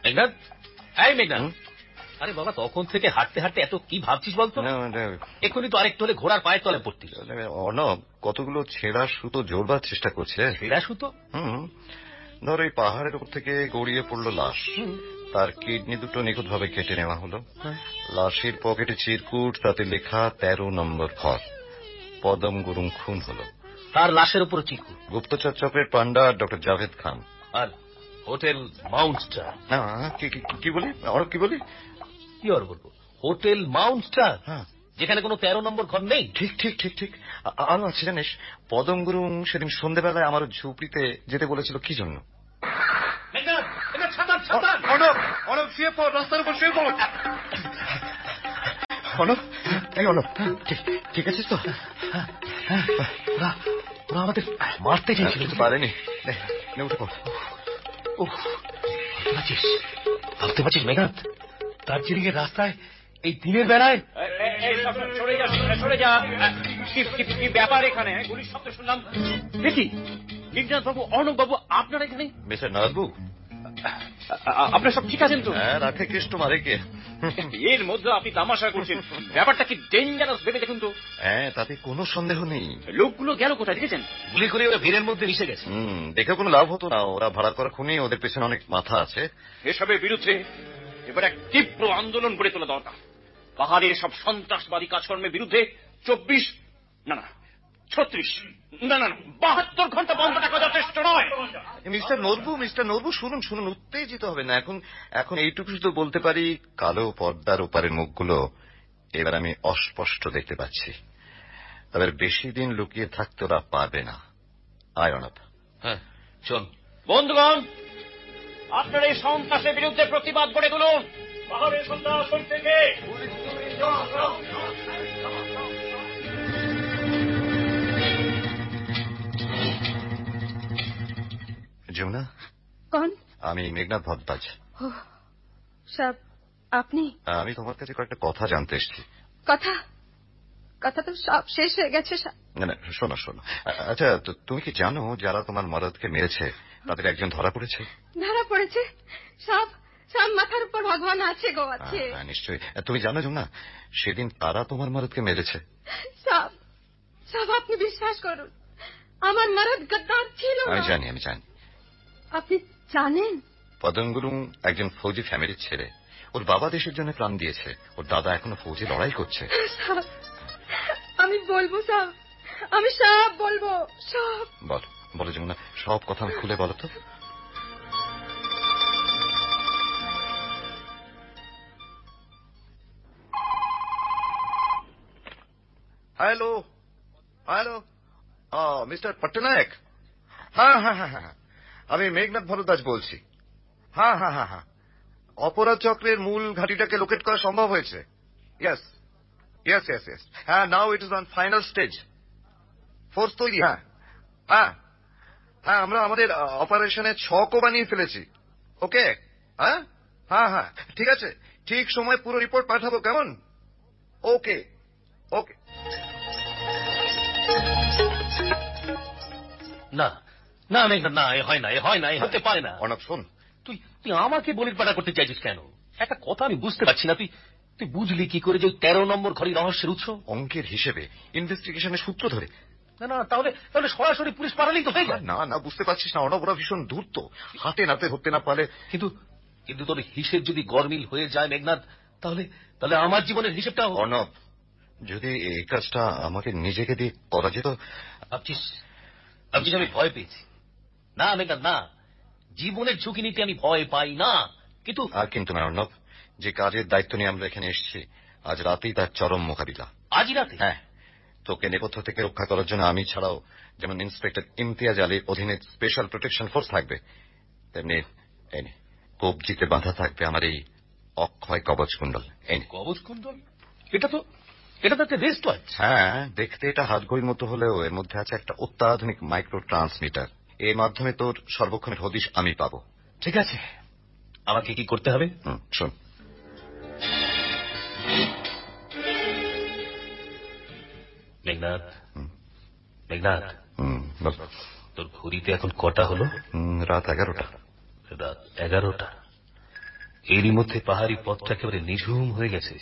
Speaker 4: মেঘনাথ এই মেঘনাথ আরে বাবা তখন থেকে হাঁটতে হাঁটতে এত কি ভাবছিস বলতো
Speaker 5: না, এটা-
Speaker 4: এক্ষুনি তো আরেকটু হলে ঘোড়ার পায়ের তলে পড়তিস
Speaker 5: মানে অর্ণব কতগুলো ছেঁড়া সুতো জোরবার চেষ্টা করছে
Speaker 4: এরা সুতো
Speaker 5: হুম ধর এই পাহাড়ের উপর থেকে গড়িয়ে পড়লো লাশ তার কিডনি দুটো নিখুঁতভাবে কেটে নেওয়া হলো
Speaker 4: হ্যাঁ।
Speaker 5: লাশের পকেটে চিরকুট তাতে লেখা তেরো নম্বর ঘর পদম গুরুং খুন হলো
Speaker 4: তার লাশের উপর চিকু
Speaker 5: গুপ্তচর চক্রের পান্ডা ডক্টর জাভেদ খান
Speaker 4: আর হোটেল মাউন্টস্টার
Speaker 5: না কি- কি- কি বলি অর্ণব কি বলি
Speaker 4: কি আর বলবো হোটেল মাউন্টস্টার
Speaker 5: হ্যাঁ
Speaker 4: যেখানে কোনো তেরো নম্বর ঘর নেই
Speaker 5: ঠিক ঠিক ঠিক ঠিক আ- আরো আছে জানিস পদম গুরুং সেদিন সন্ধেবেলায় আমার ঝুপড়িতে যেতে বলেছিল কি জন্য
Speaker 4: মেঘনাথ মেঘনাথ সাঁতার সাঁতার
Speaker 5: অর্ণব অর্ণব এই অর্ণব ঠিক- ঠিক আছিস তো
Speaker 4: ওরা ওরা আমাদের মারতে চেয়েছিল
Speaker 5: কিছু পারেনি নে, নে উঠে পড়
Speaker 4: ওহ, ভাবতে পারছিস ভাবতে পারছিস মেঘনাথ দার্জিলিং এর রাস্তায় এই দিনের বেলায়
Speaker 9: এই- এই সব সরে যা সরে যা কি কি- কি ব্যাপার এখানে গুলির শব্দ শুনলাম দেখি মেঘনাথ বাবু অর্ণব বাবু আপনারা এখানে
Speaker 5: মিস্টার নারাজবু
Speaker 9: আ- আ- আপনারা সব ঠিক আছেন তো
Speaker 5: হ্যাঁ রাখে কৃষ্ট মারে কে
Speaker 9: এর মধ্যে আপনি তামাশা করছেন ব্যাপারটা কি ডেঞ্জারাস ভেবে দেখুন তো
Speaker 5: হ্যাঁ তাতে কোনো সন্দেহ নেই
Speaker 9: লোকগুলো গেল কোথায় দেখেছেন
Speaker 4: গুলি করে ওরা ভিড়ের মধ্যে মিশে গেছে
Speaker 5: হুম দেখে কোনো লাভ হতো না ওরা ভাড়া করা খুনি ওদের পেছনে অনেক মাথা আছে
Speaker 9: এসবের বিরুদ্ধে এবার এক তীব্র আন্দোলন গড়ে তোলা দরকার পাহাড়ের সব সন্ত্রাসবাদী কাজকর্মের বিরুদ্ধে চব্বিশ না না ছত্রিশ না না বাহাত্তর ঘন্টা বন্ধ রাখা যথেষ্ট নয়
Speaker 5: মিস্টার নরবু মিস্টার নরবু শুনুন শুনুন উত্তেজিত হবে না এখন এখন এইটুকু শুধু বলতে পারি কালো পর্দার ওপারের মুখগুলো এবার আমি অস্পষ্ট দেখতে পাচ্ছি তবে আর বেশি দিন লুকিয়ে থাকতে ওরা পারবে না আয় অনাথ
Speaker 4: হ্যাঁ চল
Speaker 9: বন্ধুগণ আপনারা এই সন্ত্রাসের বিরুদ্ধে প্রতিবাদ গড়ে তুলুন পাহাড়ের সন্ত্রাস থেকে
Speaker 5: যমুনা
Speaker 8: কন
Speaker 5: আমি মেঘনাথ ভদ্রাজ
Speaker 8: সাহেব আপনি
Speaker 5: আমি তোমার কাছে কয়েকটা কথা জানতে এসেছি
Speaker 8: কথা কথা তো সব শেষ হয়ে গেছে সাব।
Speaker 5: না না শোনো শোনো আ- আচ্ছা তো তুমি কি জানো যারা তোমার মরদকে মেরেছে তাদের একজন ধরা পড়েছে
Speaker 8: ধরা পড়েছে সাপ সব মাথার উপর ভগবান আছে গো আছে
Speaker 5: হ্যাঁ, নিশ্চয়ই তুমি জানো যমুনা সেদিন তারা তোমার মারদকে মেরেছে
Speaker 8: সব সব আপনি বিশ্বাস করুন আমার মারাত গদ্দার ছিল না।
Speaker 5: আমি জানি আমি জানি
Speaker 8: আপনি জানেন
Speaker 5: পদমগুরু একজন ফৌজি ফ্যামিলির ছেলে ওর বাবা দেশের জন্য প্রাণ দিয়েছে ওর দাদা এখনো ফৌজি লড়াই করছে
Speaker 8: সাব, আমি বলবো সব আমি সব বলবো সব
Speaker 5: বল বলো যমুনা সব কথা আমি খুলে বলো তো hello hello mister Pattanaik Ah, হ্যাঁ হ্যাঁ হ্যাঁ হ্যাঁ আমি মেঘনাথ ভরদ্বাজ বলছি হ্যাঁ হ্যাঁ হ্যাঁ হ্যাঁ অপরাধ চক্রের মূল ঘাঁটিটাকে লোকেট করা সম্ভব হয়েছে ইয়েস ইয়েস ইয়েস ইয়েস হ্যাঁ now it is on final stage force তৈরি হ্যাঁ হ্যাঁ হ্যাঁ আমরা আমাদের অপারেশনে ছকও বানিয়ে ফেলেছি ওকে হ্যাঁ হ্যাঁ হ্যাঁ ঠিক আছে ঠিক সময় পুরো রিপোর্ট পাঠাবো কেমন ওকে ওকে
Speaker 4: না না মেঘনাথ না এ হয় না এ হয় না এ হতে পারে না
Speaker 5: অর্ণব শোন
Speaker 4: তুই তুই আমাকে বলির পাটা করতে চাইছিস কেন একটা কথা আমি বুঝতে পারছি না তুই তুই বুঝলি কি করে যে ওই তেরো নম্বর ঘরের রহস্যের উৎস
Speaker 5: অঙ্কের হিসেবে ইনভেস্টিগেশনের সূত্র ধরে
Speaker 4: না না তাহলে তাহলে সরাসরি পুলিশ পাঠালেই তো হয়ে যায়
Speaker 5: না না বুঝতে পারছিস না অর্ণব ওরা ভীষণ ধূর্ত হাতে নাতে ধরতে না পারলে
Speaker 4: কিন্তু কিন্তু তোর হিসেব যদি গরমিল হয়ে যায় মেঘনাথ তাহলে তাহলে আমার জীবনের হিসেবটা
Speaker 5: অর্ণব যদি এই কাজটা আমাকে নিজেকে দিয়ে করা যেত
Speaker 4: ভাবছিস ভাবছিস আমি ভয় পেয়েছি না মেঘনাথ না জীবনের ঝুঁকি নিতে আমি ভয় পাই না কিন্তু
Speaker 5: আর কিন্তু না অর্ণব যে কাজের দায়িত্ব নিয়ে আমরা এখানে এসেছি আজ রাতেই তার চরম মোকাবিলা
Speaker 4: আজই রাতে
Speaker 5: হ্যাঁ তোকে নেপথ্য থেকে রক্ষা করার জন্য আমি ছাড়াও যেমন ইন্সপেক্টর ইমতিয়াজ আলীর অধীনে স্পেশাল প্রোটেকশন ফোর্স থাকবে তেমনি এই নে, কবজিতে বাঁধা থাকবে আমার এই অক্ষয় কবচ কুণ্ডল এনে
Speaker 4: কবচ কুন্দল এটা তো এটা তো একটা রেস্ট আছে
Speaker 5: হ্যাঁ দেখতে এটা হাতঘড়ির মতো হলেও এর মধ্যে আছে একটা অত্যাধুনিক মাইক্রো ট্রান্সমিটার এর মাধ্যমে তোর সর্বক্ষণের হদিশ আমি পাবো
Speaker 4: ঠিক আছে আমাকে কি করতে হবে
Speaker 5: হুম, শোন
Speaker 4: মেঘনাথ মেঘনাথ
Speaker 5: হুম, বল।
Speaker 4: তোর ঘড়িতে এখন কটা হলো
Speaker 5: হুম, রাত এগারোটা
Speaker 4: রাত এগারোটা এরই মধ্যে পাহাড়ি পথটা একেবারে নিঝুম হয়ে গেছে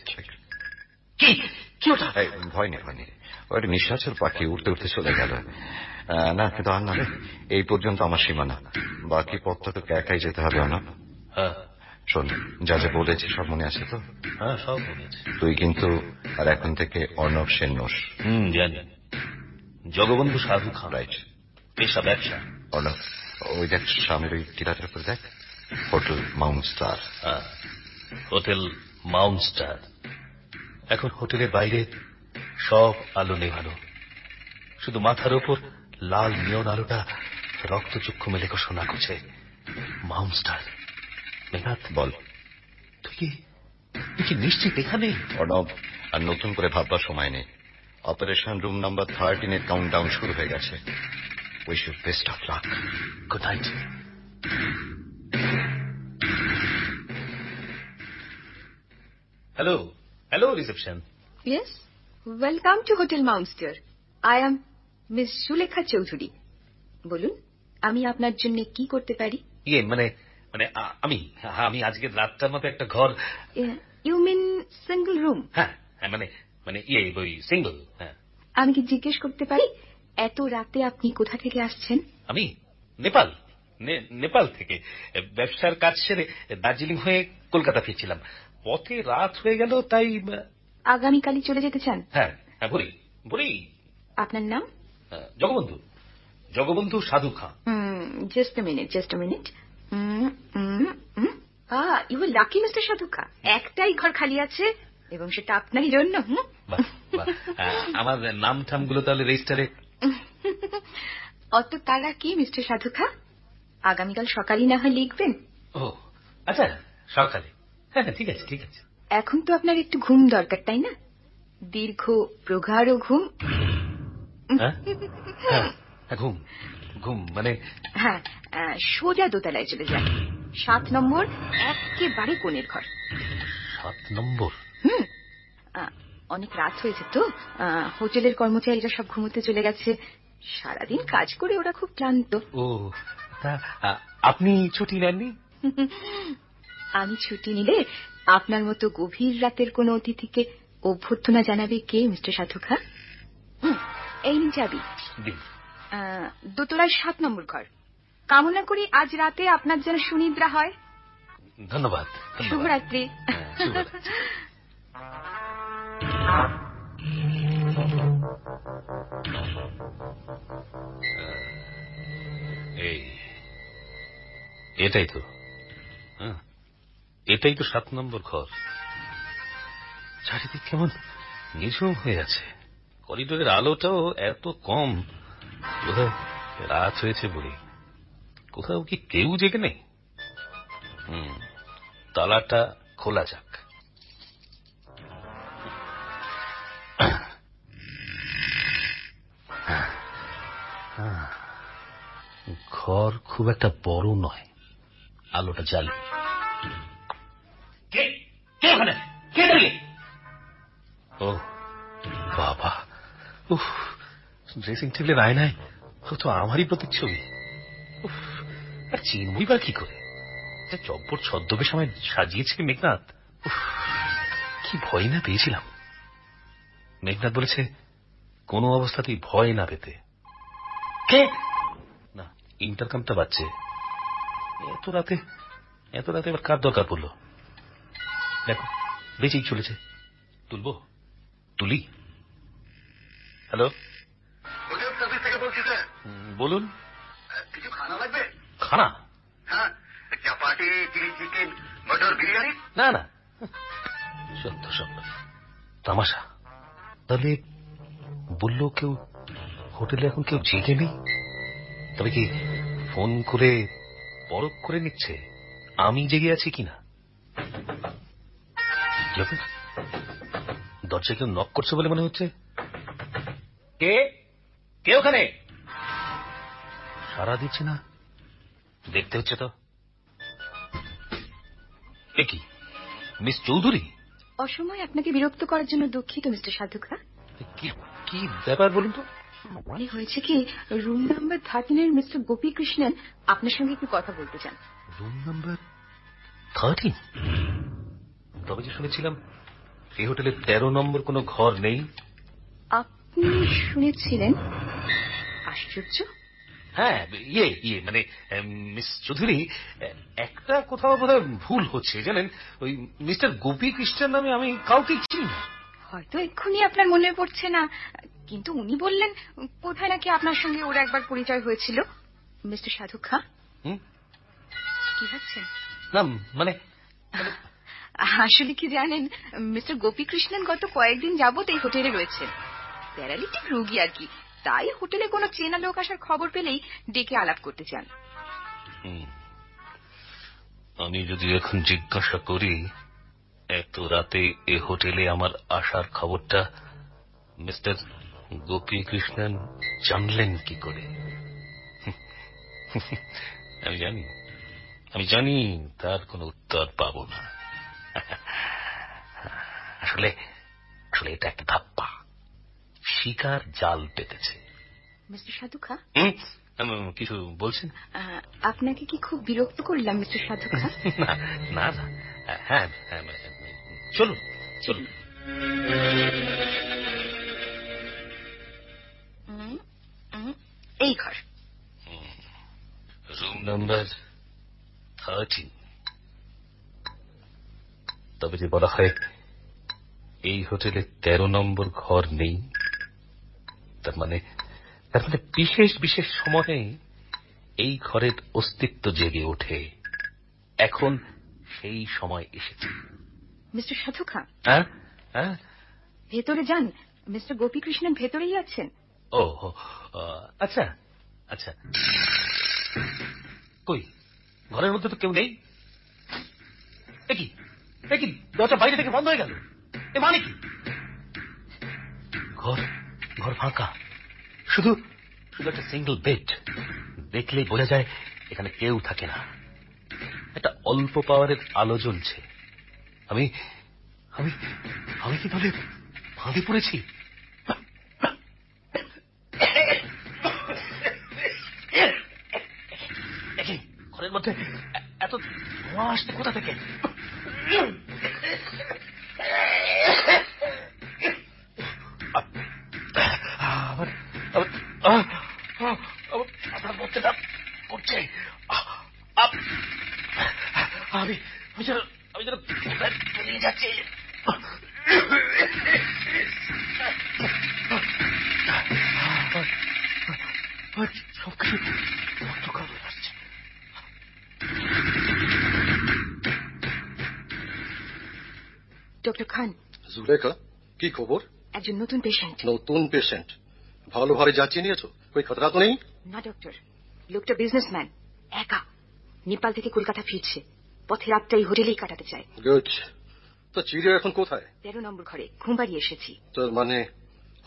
Speaker 4: কি কি ওটা
Speaker 5: এই, ভয় নেই ভয় নেই ও একটা নিঃশ্বাসের পাখি উঠতে উঠতে চলে গেল আহ, না কিন্তু আর না এই পর্যন্ত আমার সীমানা বাকি পথটা তোকে একাই যেতে হবে না
Speaker 4: হ্যাঁ
Speaker 5: শোন যা যা বলেছি সব মনে আছে তো
Speaker 4: হ্যাঁ সব মনে আছে
Speaker 5: তুই কিন্তু আর এখন থেকে অর্ণব সেন নোস
Speaker 4: হুম জানি জগবন্ধু সাধু খান
Speaker 5: রাইট
Speaker 4: পেশা ব্যবসা
Speaker 5: অর্ণব ওই দেখ সামনের ওই টিলাটার উপর দেখ হোটেল মাউন্ট স্টার
Speaker 4: হ্যাঁ হোটেল মাউন্ট স্টার এখন হোটেলের বাইরে সব আলো নেভানো শুধু মাথার ওপর লাল নিয়ন আলোটা রক্তচক্ষু মেলে শোনা করছে মাউন্ট স্টার মেঘাত
Speaker 5: বল
Speaker 4: তুই কি তুই কি নিশ্চিত এখানে
Speaker 5: অর্ণব আর নতুন করে ভাববার সময় নেই অপারেশন রুম নাম্বার থার্টিনের কাউন্টডাউন শুরু হয়ে গেছে wish you best of luck
Speaker 4: good night hello hello reception
Speaker 10: Yes. Welcome to Hotel Mounster. I am miss Sulekha Chowdhury বলুন আমি আপনার জন্য কি করতে পারি
Speaker 4: ইয়ে মানে মানে আ- আমি আমি আজকে রাতটার মতো একটা ঘর
Speaker 10: ইউ মিন সিঙ্গল রুম
Speaker 4: হ্যাঁ হ্যাঁ, মানে মানে ইয়ে ওই সিঙ্গল হ্যাঁ
Speaker 10: আমি কি জিজ্ঞেস করতে পারি এত রাতে আপনি কোথা থেকে আসছেন
Speaker 4: আমি নেপাল নে- নেপাল থেকে এ, ব্যবসার কাজ সেরে দার্জিলিং হয়ে কলকাতা ফিরছিলাম পথে রাত হয়ে গেল তাই আ,
Speaker 10: আগামীকালই চলে যেতে চান
Speaker 4: হ্যাঁ হ্যাঁ বলি বলি
Speaker 10: আপনার নাম
Speaker 4: হ্যাঁ, Jagabandhu Jagabandhu Sadhu Khan
Speaker 10: just a minute just a minute you lucky mister সাধুকা একটাই ঘর খালি আছে এবং সেটা আপনারই জন্য হুম?
Speaker 4: বাহ, বাহ। আ, আমার নাম ঠামগুলো তাহলে রেজিস্টারে
Speaker 10: অত তারা কি মিস্টার সাধুকা আগামীকাল সকালই না হয় লিখবেন
Speaker 4: ও আচ্ছা সকালে হ্যাঁ হ্যাঁ, ঠিক আছে ঠিক আছে
Speaker 10: এখন তো আপনার একটু ঘুম দরকার তাই না দীর্ঘ প্রগাঢ় ঘুম
Speaker 4: হ্যাঁ হ্যাঁ, হ্যাঁ, ঘুম ঘুম মানে
Speaker 10: হ্যাঁ আহ, সোজা দোতলায় চলে যান সাত নম্বর একেবারে কোণের ঘর
Speaker 4: সাত নম্বর
Speaker 10: হুম আহ, অনেক রাত হয়েছে তো আহ, হোটেলের কর্মচারীরা সব ঘুমোতে চলে গেছে সারাদিন কাজ করে ওরা খুব ক্লান্ত
Speaker 4: ও তা আ, আপনি ছুটি নেননি
Speaker 10: আমি ছুটি নিলে আপনার মতো গভীর রাতের কোনো অতিথিকে অভ্যর্থনা জানাবে কে মিস্টার সাধুখা হুম, এই নিন চাবি
Speaker 4: দিন
Speaker 10: আহ, দোতলার সাত নম্বর ঘর কামনা করি আজ রাতে আপনার যেন সুনিদ্রা হয়
Speaker 4: ধন্যবাদ ধন্যবাদ।
Speaker 10: শুভরাত্রি
Speaker 4: হ্যাঁ, শুভরাত্রি। এই এটাই তো হ্যাঁ, এটাই তো সাত নম্বর ঘর চারিদিক কেমন নিঝুম হয়ে আছে করিডোরের আলোটাও এত কম বোধহয় রাত হয়েছে বলে কোথাও কি কেউ জেগে নেই হুম, তালাটা খোলা যাক হ্যাঁ, ঘর খুব একটা বড় নয় আলোটা জ্বালি কে কে ওখানে কে ডাকে ও বাবা উফ ড্রেসিং টেবিলের আয়নায় ও তো আমারই প্রতিচ্ছবি উফ আর চিনবই বা কি করে যে চব্বর ছদ্মবেশ আমায় সাজিয়েছে মেঘনাথ উফ, কি ভয় না পেয়েছিলাম মেঘনাথ বলেছে কোনো অবস্থাতেই ভয় না পেতে কে না ইন্টারকামটা বাজছে এত রাতে এত রাতে এবার কার দরকার পড়লো দেখো বেঁচেই চলেছে তুলবো তুলি হ্যালো
Speaker 2: হোটেল সার্ভিস থেকে বলছি স্যার
Speaker 4: হুম, বলুন
Speaker 2: আহ, কিছু খানা লাগবে
Speaker 4: খানা
Speaker 2: হ্যাঁ চাপাটি চিলি চিকেন মটর বিরিয়ানি
Speaker 4: না না সত্য সত্য তামাশা তাহলে বললো কেউ হোটেলে এখন কেউ জেগে নেই তবে কি ফোন করে পরখ করে নিচ্ছে আমি জেগে আছি কিনা যাবে না। দরজায় কেউ নক করছে বলে মনে হচ্ছে
Speaker 9: কে কে ওখানে
Speaker 4: সারা দিচ্ছে না দেখতে হচ্ছে তো এ কি মিস চৌধুরী
Speaker 10: অসময়ে আপনাকে বিরক্ত করার জন্য দুঃখিত মিস্টার সাধুখা
Speaker 4: কি কি ব্যাপার বলুন তো
Speaker 10: মনে হয়েছে কি রুম নাম্বার থার্টিনের মিস্টার গোপীকৃষ্ণন আপনার সঙ্গে একটু কথা বলতে চান
Speaker 4: রুম নাম্বার থার্টিন তবে যে শুনেছিলাম এই হোটেলে তেরো নম্বর কোনো ঘর নেই
Speaker 10: আপনি শুনেছিলেন আশ্চর্য
Speaker 4: হ্যাঁ ইয়ে ইয়ে মানে এম, মিস চৌধুরী এ, একটা কোথাও বোধহয় ভুল হচ্ছে জানেন ওই মিস্টার গোপী খ্রিস্টান নামে আমি কাউকে চিনি না
Speaker 10: হয়তো এক্ষুনি আপনার মনে পড়ছে না কিন্তু উনি বললেন কোথায় নাকি আপনার সঙ্গে ওর একবার পরিচয় হয়েছিল মিস্টার সাধু খা
Speaker 4: হুম?
Speaker 10: কি হচ্ছে
Speaker 4: না মানে
Speaker 10: আসলে কি জানেন মিস্টার গোপীকৃষ্ণন গত কয়েকদিন যাবত এই হোটেলে রয়েছেন প্যারালিটিক রোগী আর কি তাই হোটেলে কোনো চেনা লোক আসার খবর পেলেই ডেকে আলাপ করতে চান
Speaker 4: হুম। আমি যদি এখন জিজ্ঞাসা করি এত রাতে এ হোটেলে আমার আসার খবরটা মিস্টার গোপীকৃষ্ণন জানলেন কি করে আমি জানি আমি জানি তার কোনো উত্তর পাব না আসলে আসলে এটা একটা ধাপ্পা শিকার জাল পেতেছে
Speaker 10: মিস্টার সাধু খা
Speaker 4: হুম? উম, কিছু বলছেন
Speaker 10: আহ, আপনাকে কি খুব বিরক্ত করলাম মিস্টার সাধু খা
Speaker 4: না না না হ্যাঁ হ্যাঁ চলুন চলুন
Speaker 10: উম, উম, এই ঘর
Speaker 4: রুম নাম্বার থার্টিন তবে যে বলা হয় এই হোটেলে তেরো নম্বর ঘর নেই তার মানে তার মানে বিশেষ বিশেষ সময়ে এই ঘরের অস্তিত্ব জেগে ওঠে এখন সেই সময় এসেছে
Speaker 10: মিস্টার সাধু খা
Speaker 4: হ্যাঁ হ্যাঁ
Speaker 10: ভেতরে যান মিস্টার গোপীকৃষ্ণন ভেতরেই আছেন
Speaker 4: ও ও, আহ, আচ্ছা আচ্ছা কই ঘরের মধ্যে তো কেউ নেই এ কি এ কি দরজা বাইরে থেকে বন্ধ হয়ে গেল এ মানে কি ঘর ঘর ফাঁকা শুধু শুধু একটা সিঙ্গেল বেড দেখলেই বোঝা যায় এখানে কেউ থাকে না একটা অল্প পাওয়ারের আলো জ্বলছে আমি আমি আমি কি তাহলে ফাঁদে পড়েছি এ কি? ঘরের মধ্যে এত ধোঁয়া ধোঁয়া আসছে কোথা থেকে আমার আমার আহ, আহ, আমার মাথার মধ্যেটা করছে আহ, আহ, আমি আমি যেন আমি যেন কোথায় তলিয়ে যাচ্ছি সবকিছু অন্ধকার হয়ে আসছে
Speaker 10: ডক্টর খান
Speaker 6: জুলেখা কি খবর
Speaker 10: একজন নতুন পেশেন্ট
Speaker 6: নতুন পেশেন্ট ভালোভাবে যাচিয়ে নিয়েছো કોઈ খতরা তো নেই
Speaker 10: না ডক্টর লোকটা বিজনেসম্যান একা নেপাল থেকে কলকাতা ফিরছে পথে রাতটা এই হোটেলেই কাটাতে চায়
Speaker 6: গুড তো চিরে এখন কোথায়
Speaker 10: তেরো নম্বর ঘরে ঘুম পাড়িয়ে এসেছি
Speaker 6: তোর মানে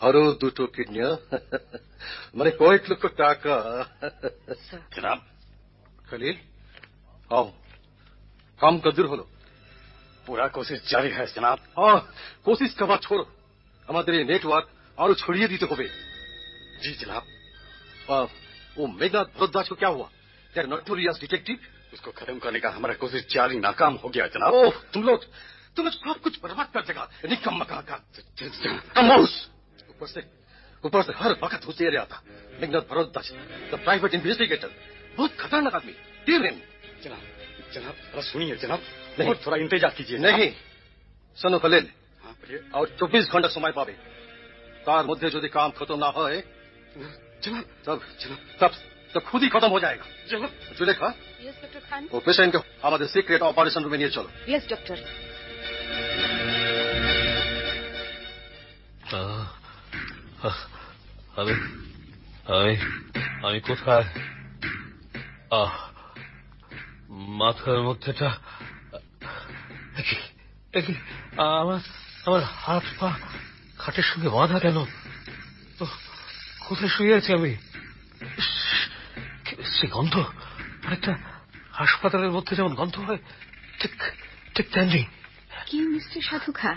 Speaker 6: আরো দুটো কিডনিয়া মানে কয়েক লক্ষ টাকা
Speaker 10: জনাব
Speaker 6: খলিল आओ কাম কদ্দুর হলো
Speaker 3: पूरा कोशिश जारी है जनाब
Speaker 6: হ্যাঁ কোশিশ কবা ছোড়ো আমাদের এই নেটওয়ার্ক আরো ছড়িয়ে দিতে হবে
Speaker 3: जी जनाब
Speaker 6: আহ, ও মেঘনাথ ভরদ্বাজ को क्या हुआ देयर नोटोरियस डिटेक्टिव
Speaker 3: उसको खत्म करने का हमारा कोशिश जारी नाकाम हो गया जनाब
Speaker 6: ओह तुम लोग तुम लोग सब कुछ बर्बाद कर देगा निकम्मा का का कमोस ऊपर से ऊपर से हर वक्त घुसे रहा था Meghnath Bharadwaj the private investigator बहुत खतरनाक आदमी तीव्र
Speaker 3: जनाब जनाब थोड़ा सुनिए जनाब
Speaker 6: नहीं।
Speaker 3: और थोड़ा इंतजार कीजिए जनाब।
Speaker 6: नहीं सुनो खलील
Speaker 3: हाँ, बोलिए।
Speaker 6: और चौबीस घंटा समय पावे তার মধ্যে যদি কাম খতম না হয়
Speaker 3: जनाब
Speaker 6: তব তব তব খুদই খতম হয়ে যায়গা
Speaker 3: जनाब
Speaker 6: জুলেখা
Speaker 10: ইয়েস ডক্টর খান
Speaker 6: ও পেশেন্টকে আমাদের সিক্রেট অপারেশন রুমে নিয়ে চলো
Speaker 10: ইয়েস ডক্টর
Speaker 4: আহ, আহ, আমি আমি আমি কোথায় আহ মাথার মধ্যেটা একি, একি, আমার আমার হাত পা খাটের সঙ্গে বাঁধা কেন তো কোথায় শুয়ে আছি আমি ইস, কি বিশ্রী গন্ধ একটা হাসপাতালের মধ্যে যেমন গন্ধ হয় ঠিক ঠিক তেমনি
Speaker 10: কি মিস্টার সাধুখা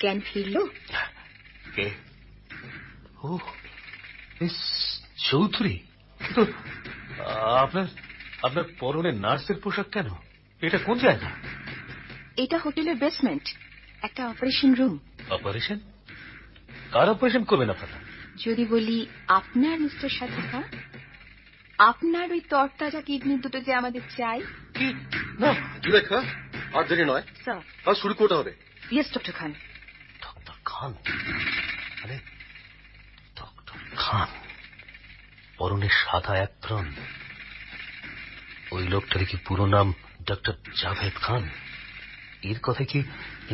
Speaker 10: জ্ঞান ফিরলো
Speaker 4: কে ও মিস চৌধুরী কিন্তু আপনার আপনার পরনে নার্সের পোশাক কেন এটা কোন জায়গা
Speaker 10: এটা হোটেলের বেসমেন্ট একটা অপারেশন রুম
Speaker 4: অপারেশন কার অপারেশন করবেন আপনারা
Speaker 10: যদি বলি আপনার মিস্টার সাধুখা আপনার ওই তরতাজা কিডনি দুটো যে আমাদের চাই
Speaker 4: কি না
Speaker 6: জুলেখা আর দেরি নয়
Speaker 10: স্যার
Speaker 6: আর শুরু করতে হবে
Speaker 10: yes doctor Khan
Speaker 4: doctor Khan আরে ডক্টর খান পরনে সাদা অ্যাপ্রন ওই লোকটার কি পুরো নাম ডক্টর জাভেদ খান এর কথা কি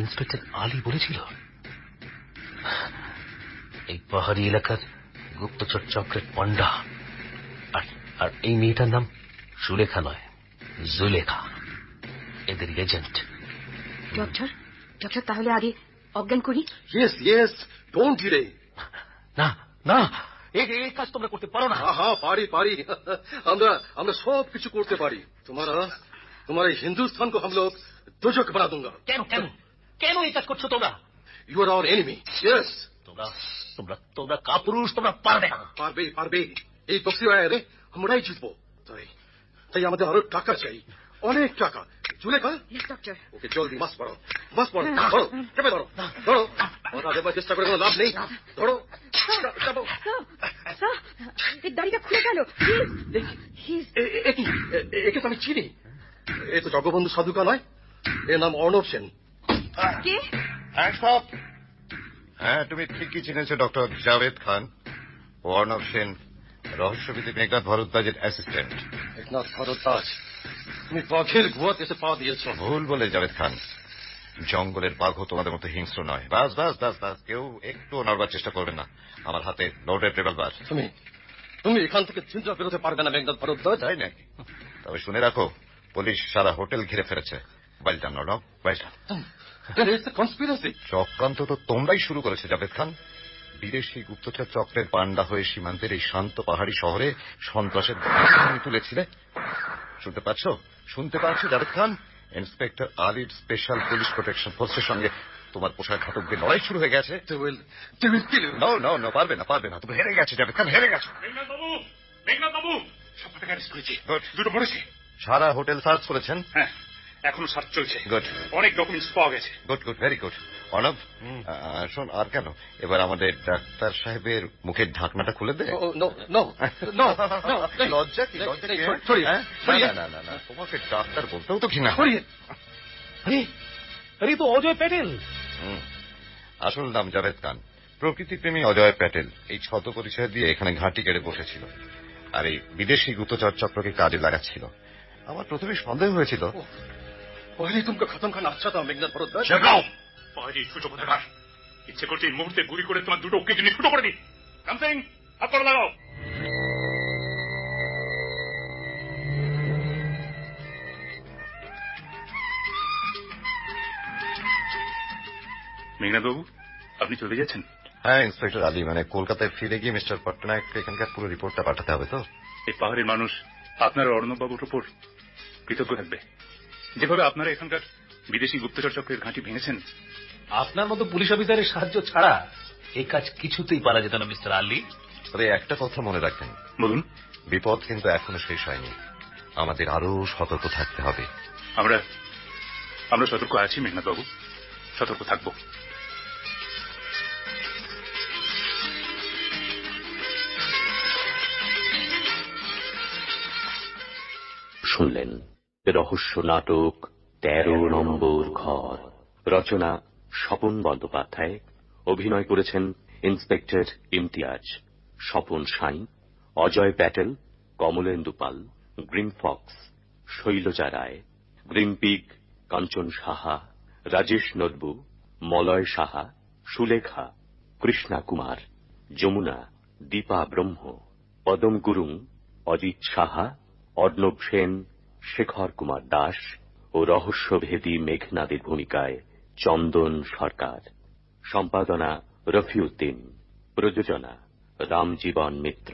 Speaker 4: ইন্সপেক্টর আলী বলেছিল এই পাহাড়ি এলাকার গুপ্তচর চকলেট পান্ডা আর আর এই মেয়েটার নাম সুলেখা নয় জুলেখা এদের এজেন্ট
Speaker 10: ডক্টর ডক্টর তাহলে আগে অজ্ঞান করি
Speaker 6: ইয়েস ইয়েস ডোন্ট ডিলে
Speaker 4: না না এ এ কাজ তোমরা করতে পারো না
Speaker 6: হ্যাঁ হ্যাঁ পারি পারি আমরা আমরা সব কিছু করতে পারি তোমারা তোমার এই হিন্দুস্তানকে হাম লোক দুজক বানা দুঙ্গা
Speaker 4: কেন কেন কেন এই কাজ করছো তোমরা
Speaker 6: you are our enemy yes
Speaker 4: তোমরা তোমরা তোমরা কাপুরুষ তোমরা পারবে না
Speaker 6: পারবে পারবে এই বক্সি রে আমরাই জিতবো তাই তাই আমাদের আরো টাকা চাই অনেক টাকা জুলেখা
Speaker 10: ইয়েস ডক্টর
Speaker 6: ওকে জলদি মাছ পড়ো মাছ পড়ো ধরো চেপে ধরো ধরো কথা দেবার চেষ্টা করে কোনো লাভ নেই ধরো চাপ- চাপো।
Speaker 10: স্যার হ্যাঁ, এই দাড়িটা খুলে গেল হিজ
Speaker 6: এ- এ- এ কি? এ- এ- একে তো আমি চিনি এ তো জগবন্ধু সাধুকা নয় এর নাম অর্ণব সেন
Speaker 10: কে
Speaker 5: Hands up! হ্যাঁ তুমি ঠিকই চিনেছো ডক্টর জাভেদ খান ও অর্ণব সেন রহস্যবিধি মেঘনাথ ভরদ্বাজের অ্যাসিস্ট্যান্ট
Speaker 6: একনাথ ভরদ্বাজ তুমি বাঘের গুয়াতে এসে পা দিয়েছ
Speaker 5: ভুল বলে জাভেদ খান জঙ্গলের বাঘও তোমাদের মতো হিংস্র নয় বাস বাস বাস বাস কেউ একটু নড়বার চেষ্টা করবে না আমার হাতে লোডেড রেভলভার
Speaker 6: তুমি তুমি এখান থেকে চিন্তা বেরোতে পারবে না মেঘনাথ ভরদ্বাজ
Speaker 5: তাই নাকি তবে শুনে রাখো পুলিশ সারা হোটেল ঘিরে ফেলেছে বাইলটাম নডম বাইলটাম
Speaker 6: কনস্পিরেসি
Speaker 5: চক্রান্ত তো তোমরাই শুরু করেছে জাভেদ খান বিদেশি গুপ্তচর চক্রের পান্ডা হয়ে সীমান্তের এই শান্ত পাহাড়ি শহরে সন্ত্রাসের তুমি তুলেছিলে শুনতে পাচ্ছ শুনতে পাচ্ছ জাভেদ খান ইন্সপেক্টর আলীর স্পেশাল পুলিশ প্রোটেকশন ফোর্সের সঙ্গে তোমার পোশাক ঘাতকদের লড়াই শুরু হয়ে গেছে
Speaker 6: they will they will kill you
Speaker 5: no no no পারবে না পারবে না তুমি হেরে গেছো জাভেদ খান হেরে গেছো
Speaker 7: মেঘনাথ বাবু মেঘনাথ বাবু সব টাকা অ্যারেস্ট করেছে
Speaker 5: Good.
Speaker 7: দুটো পড়েছে
Speaker 5: সারা হোটেল সার্চ করেছেন
Speaker 7: হ্যাঁ এখনো সার্চ চলছে
Speaker 5: গুড
Speaker 7: অনেক ডকুমেন্টস পাওয়া গেছে
Speaker 5: good good very good Arnab আহ, শোন আর কেন এবার আমাদের ডাক্তার সাহেবের মুখের ঢাকনাটা খুলে দে লজ্জা কি লজ্জা কি, হ্যাঁ? হ্যাঁ? না, না, না, না, তোমাকে ডাক্তার বলতেও তো ঘৃণা হয়।
Speaker 4: আরে আরে এ তো অজয় প্যাটেল
Speaker 5: হুম। আসল নাম জাভেদ খান প্রকৃতিপ্রেমী অজয় প্যাটেল এই ছত পরিচয় দিয়ে এখানে ঘাঁটি কেড়ে বসেছিল আর এই বিদেশি গুপ্তচর চক্রকে কাজে লাগাচ্ছিল আমার প্রথমে সন্দেহ হয়েছিল
Speaker 6: पहले तुमको खत्म करना
Speaker 4: আচ্ছা
Speaker 6: अच्छा था मेघनाथ भरद्वाज
Speaker 7: শেখাও পাহাড়ি ছোট কোথাকার ইচ্ছে করছে এই মুহূর্তে গুলি করে তোমার দুটো ওকে জিনিস ছোট করে দিই সামথিং হাত করে লাগাও মেঘনাথবাবু আপনি চলে যাচ্ছেন
Speaker 5: হ্যাঁ ইন্সপেক্টর আলী মানে কলকাতায় ফিরে গিয়ে মিস্টার পট্টনায়ককে এখানকার পুরো রিপোর্টটা পাঠাতে হবে তো
Speaker 7: এই পাহাড়ের মানুষ আপনার অর্ণববাবুর উপর কৃতজ্ঞ থাকবে যেভাবে আপনারা এখানকার বিদেশি গুপ্তচর চক্রের ঘাঁটি ভেঙেছেন
Speaker 4: আপনার মতো পুলিশ অফিসারের সাহায্য ছাড়া এই কাজ কিছুতেই পারা যেত না মিস্টার আলী
Speaker 5: তবে একটা কথা মনে রাখবেন
Speaker 7: বলুন
Speaker 5: বিপদ কিন্তু এখনো শেষ হয়নি আমাদের আরো সতর্ক থাকতে হবে
Speaker 7: আমরা আমরা সতর্ক আছি মেঘনাথবাবু সতর্ক থাকবো
Speaker 1: শুনলেন রহস্য নাটক তেরো নম্বর ঘর রচনা স্বপন বন্দ্যোপাধ্যায় অভিনয় করেছেন inspector Imtiaz Swapan Sai Ajay Patel Kamalendu Pal green Fox Shailaja রায় গ্রিন পিগ কাঞ্চন সাহা রাজেশ নদবু মলয় সাহা সুলেখা কৃষ্ণা কুমার যমুনা দীপা ব্রহ্ম পদম গুরুং অজিত সাহা অর্ণব সেন শেখর কুমার দাস ও রহস্যভেদী মেঘনাদের ভূমিকায় চন্দন সরকার সম্পাদনা রফিউদ্দিন প্রযোজনা রামজীবন মিত্র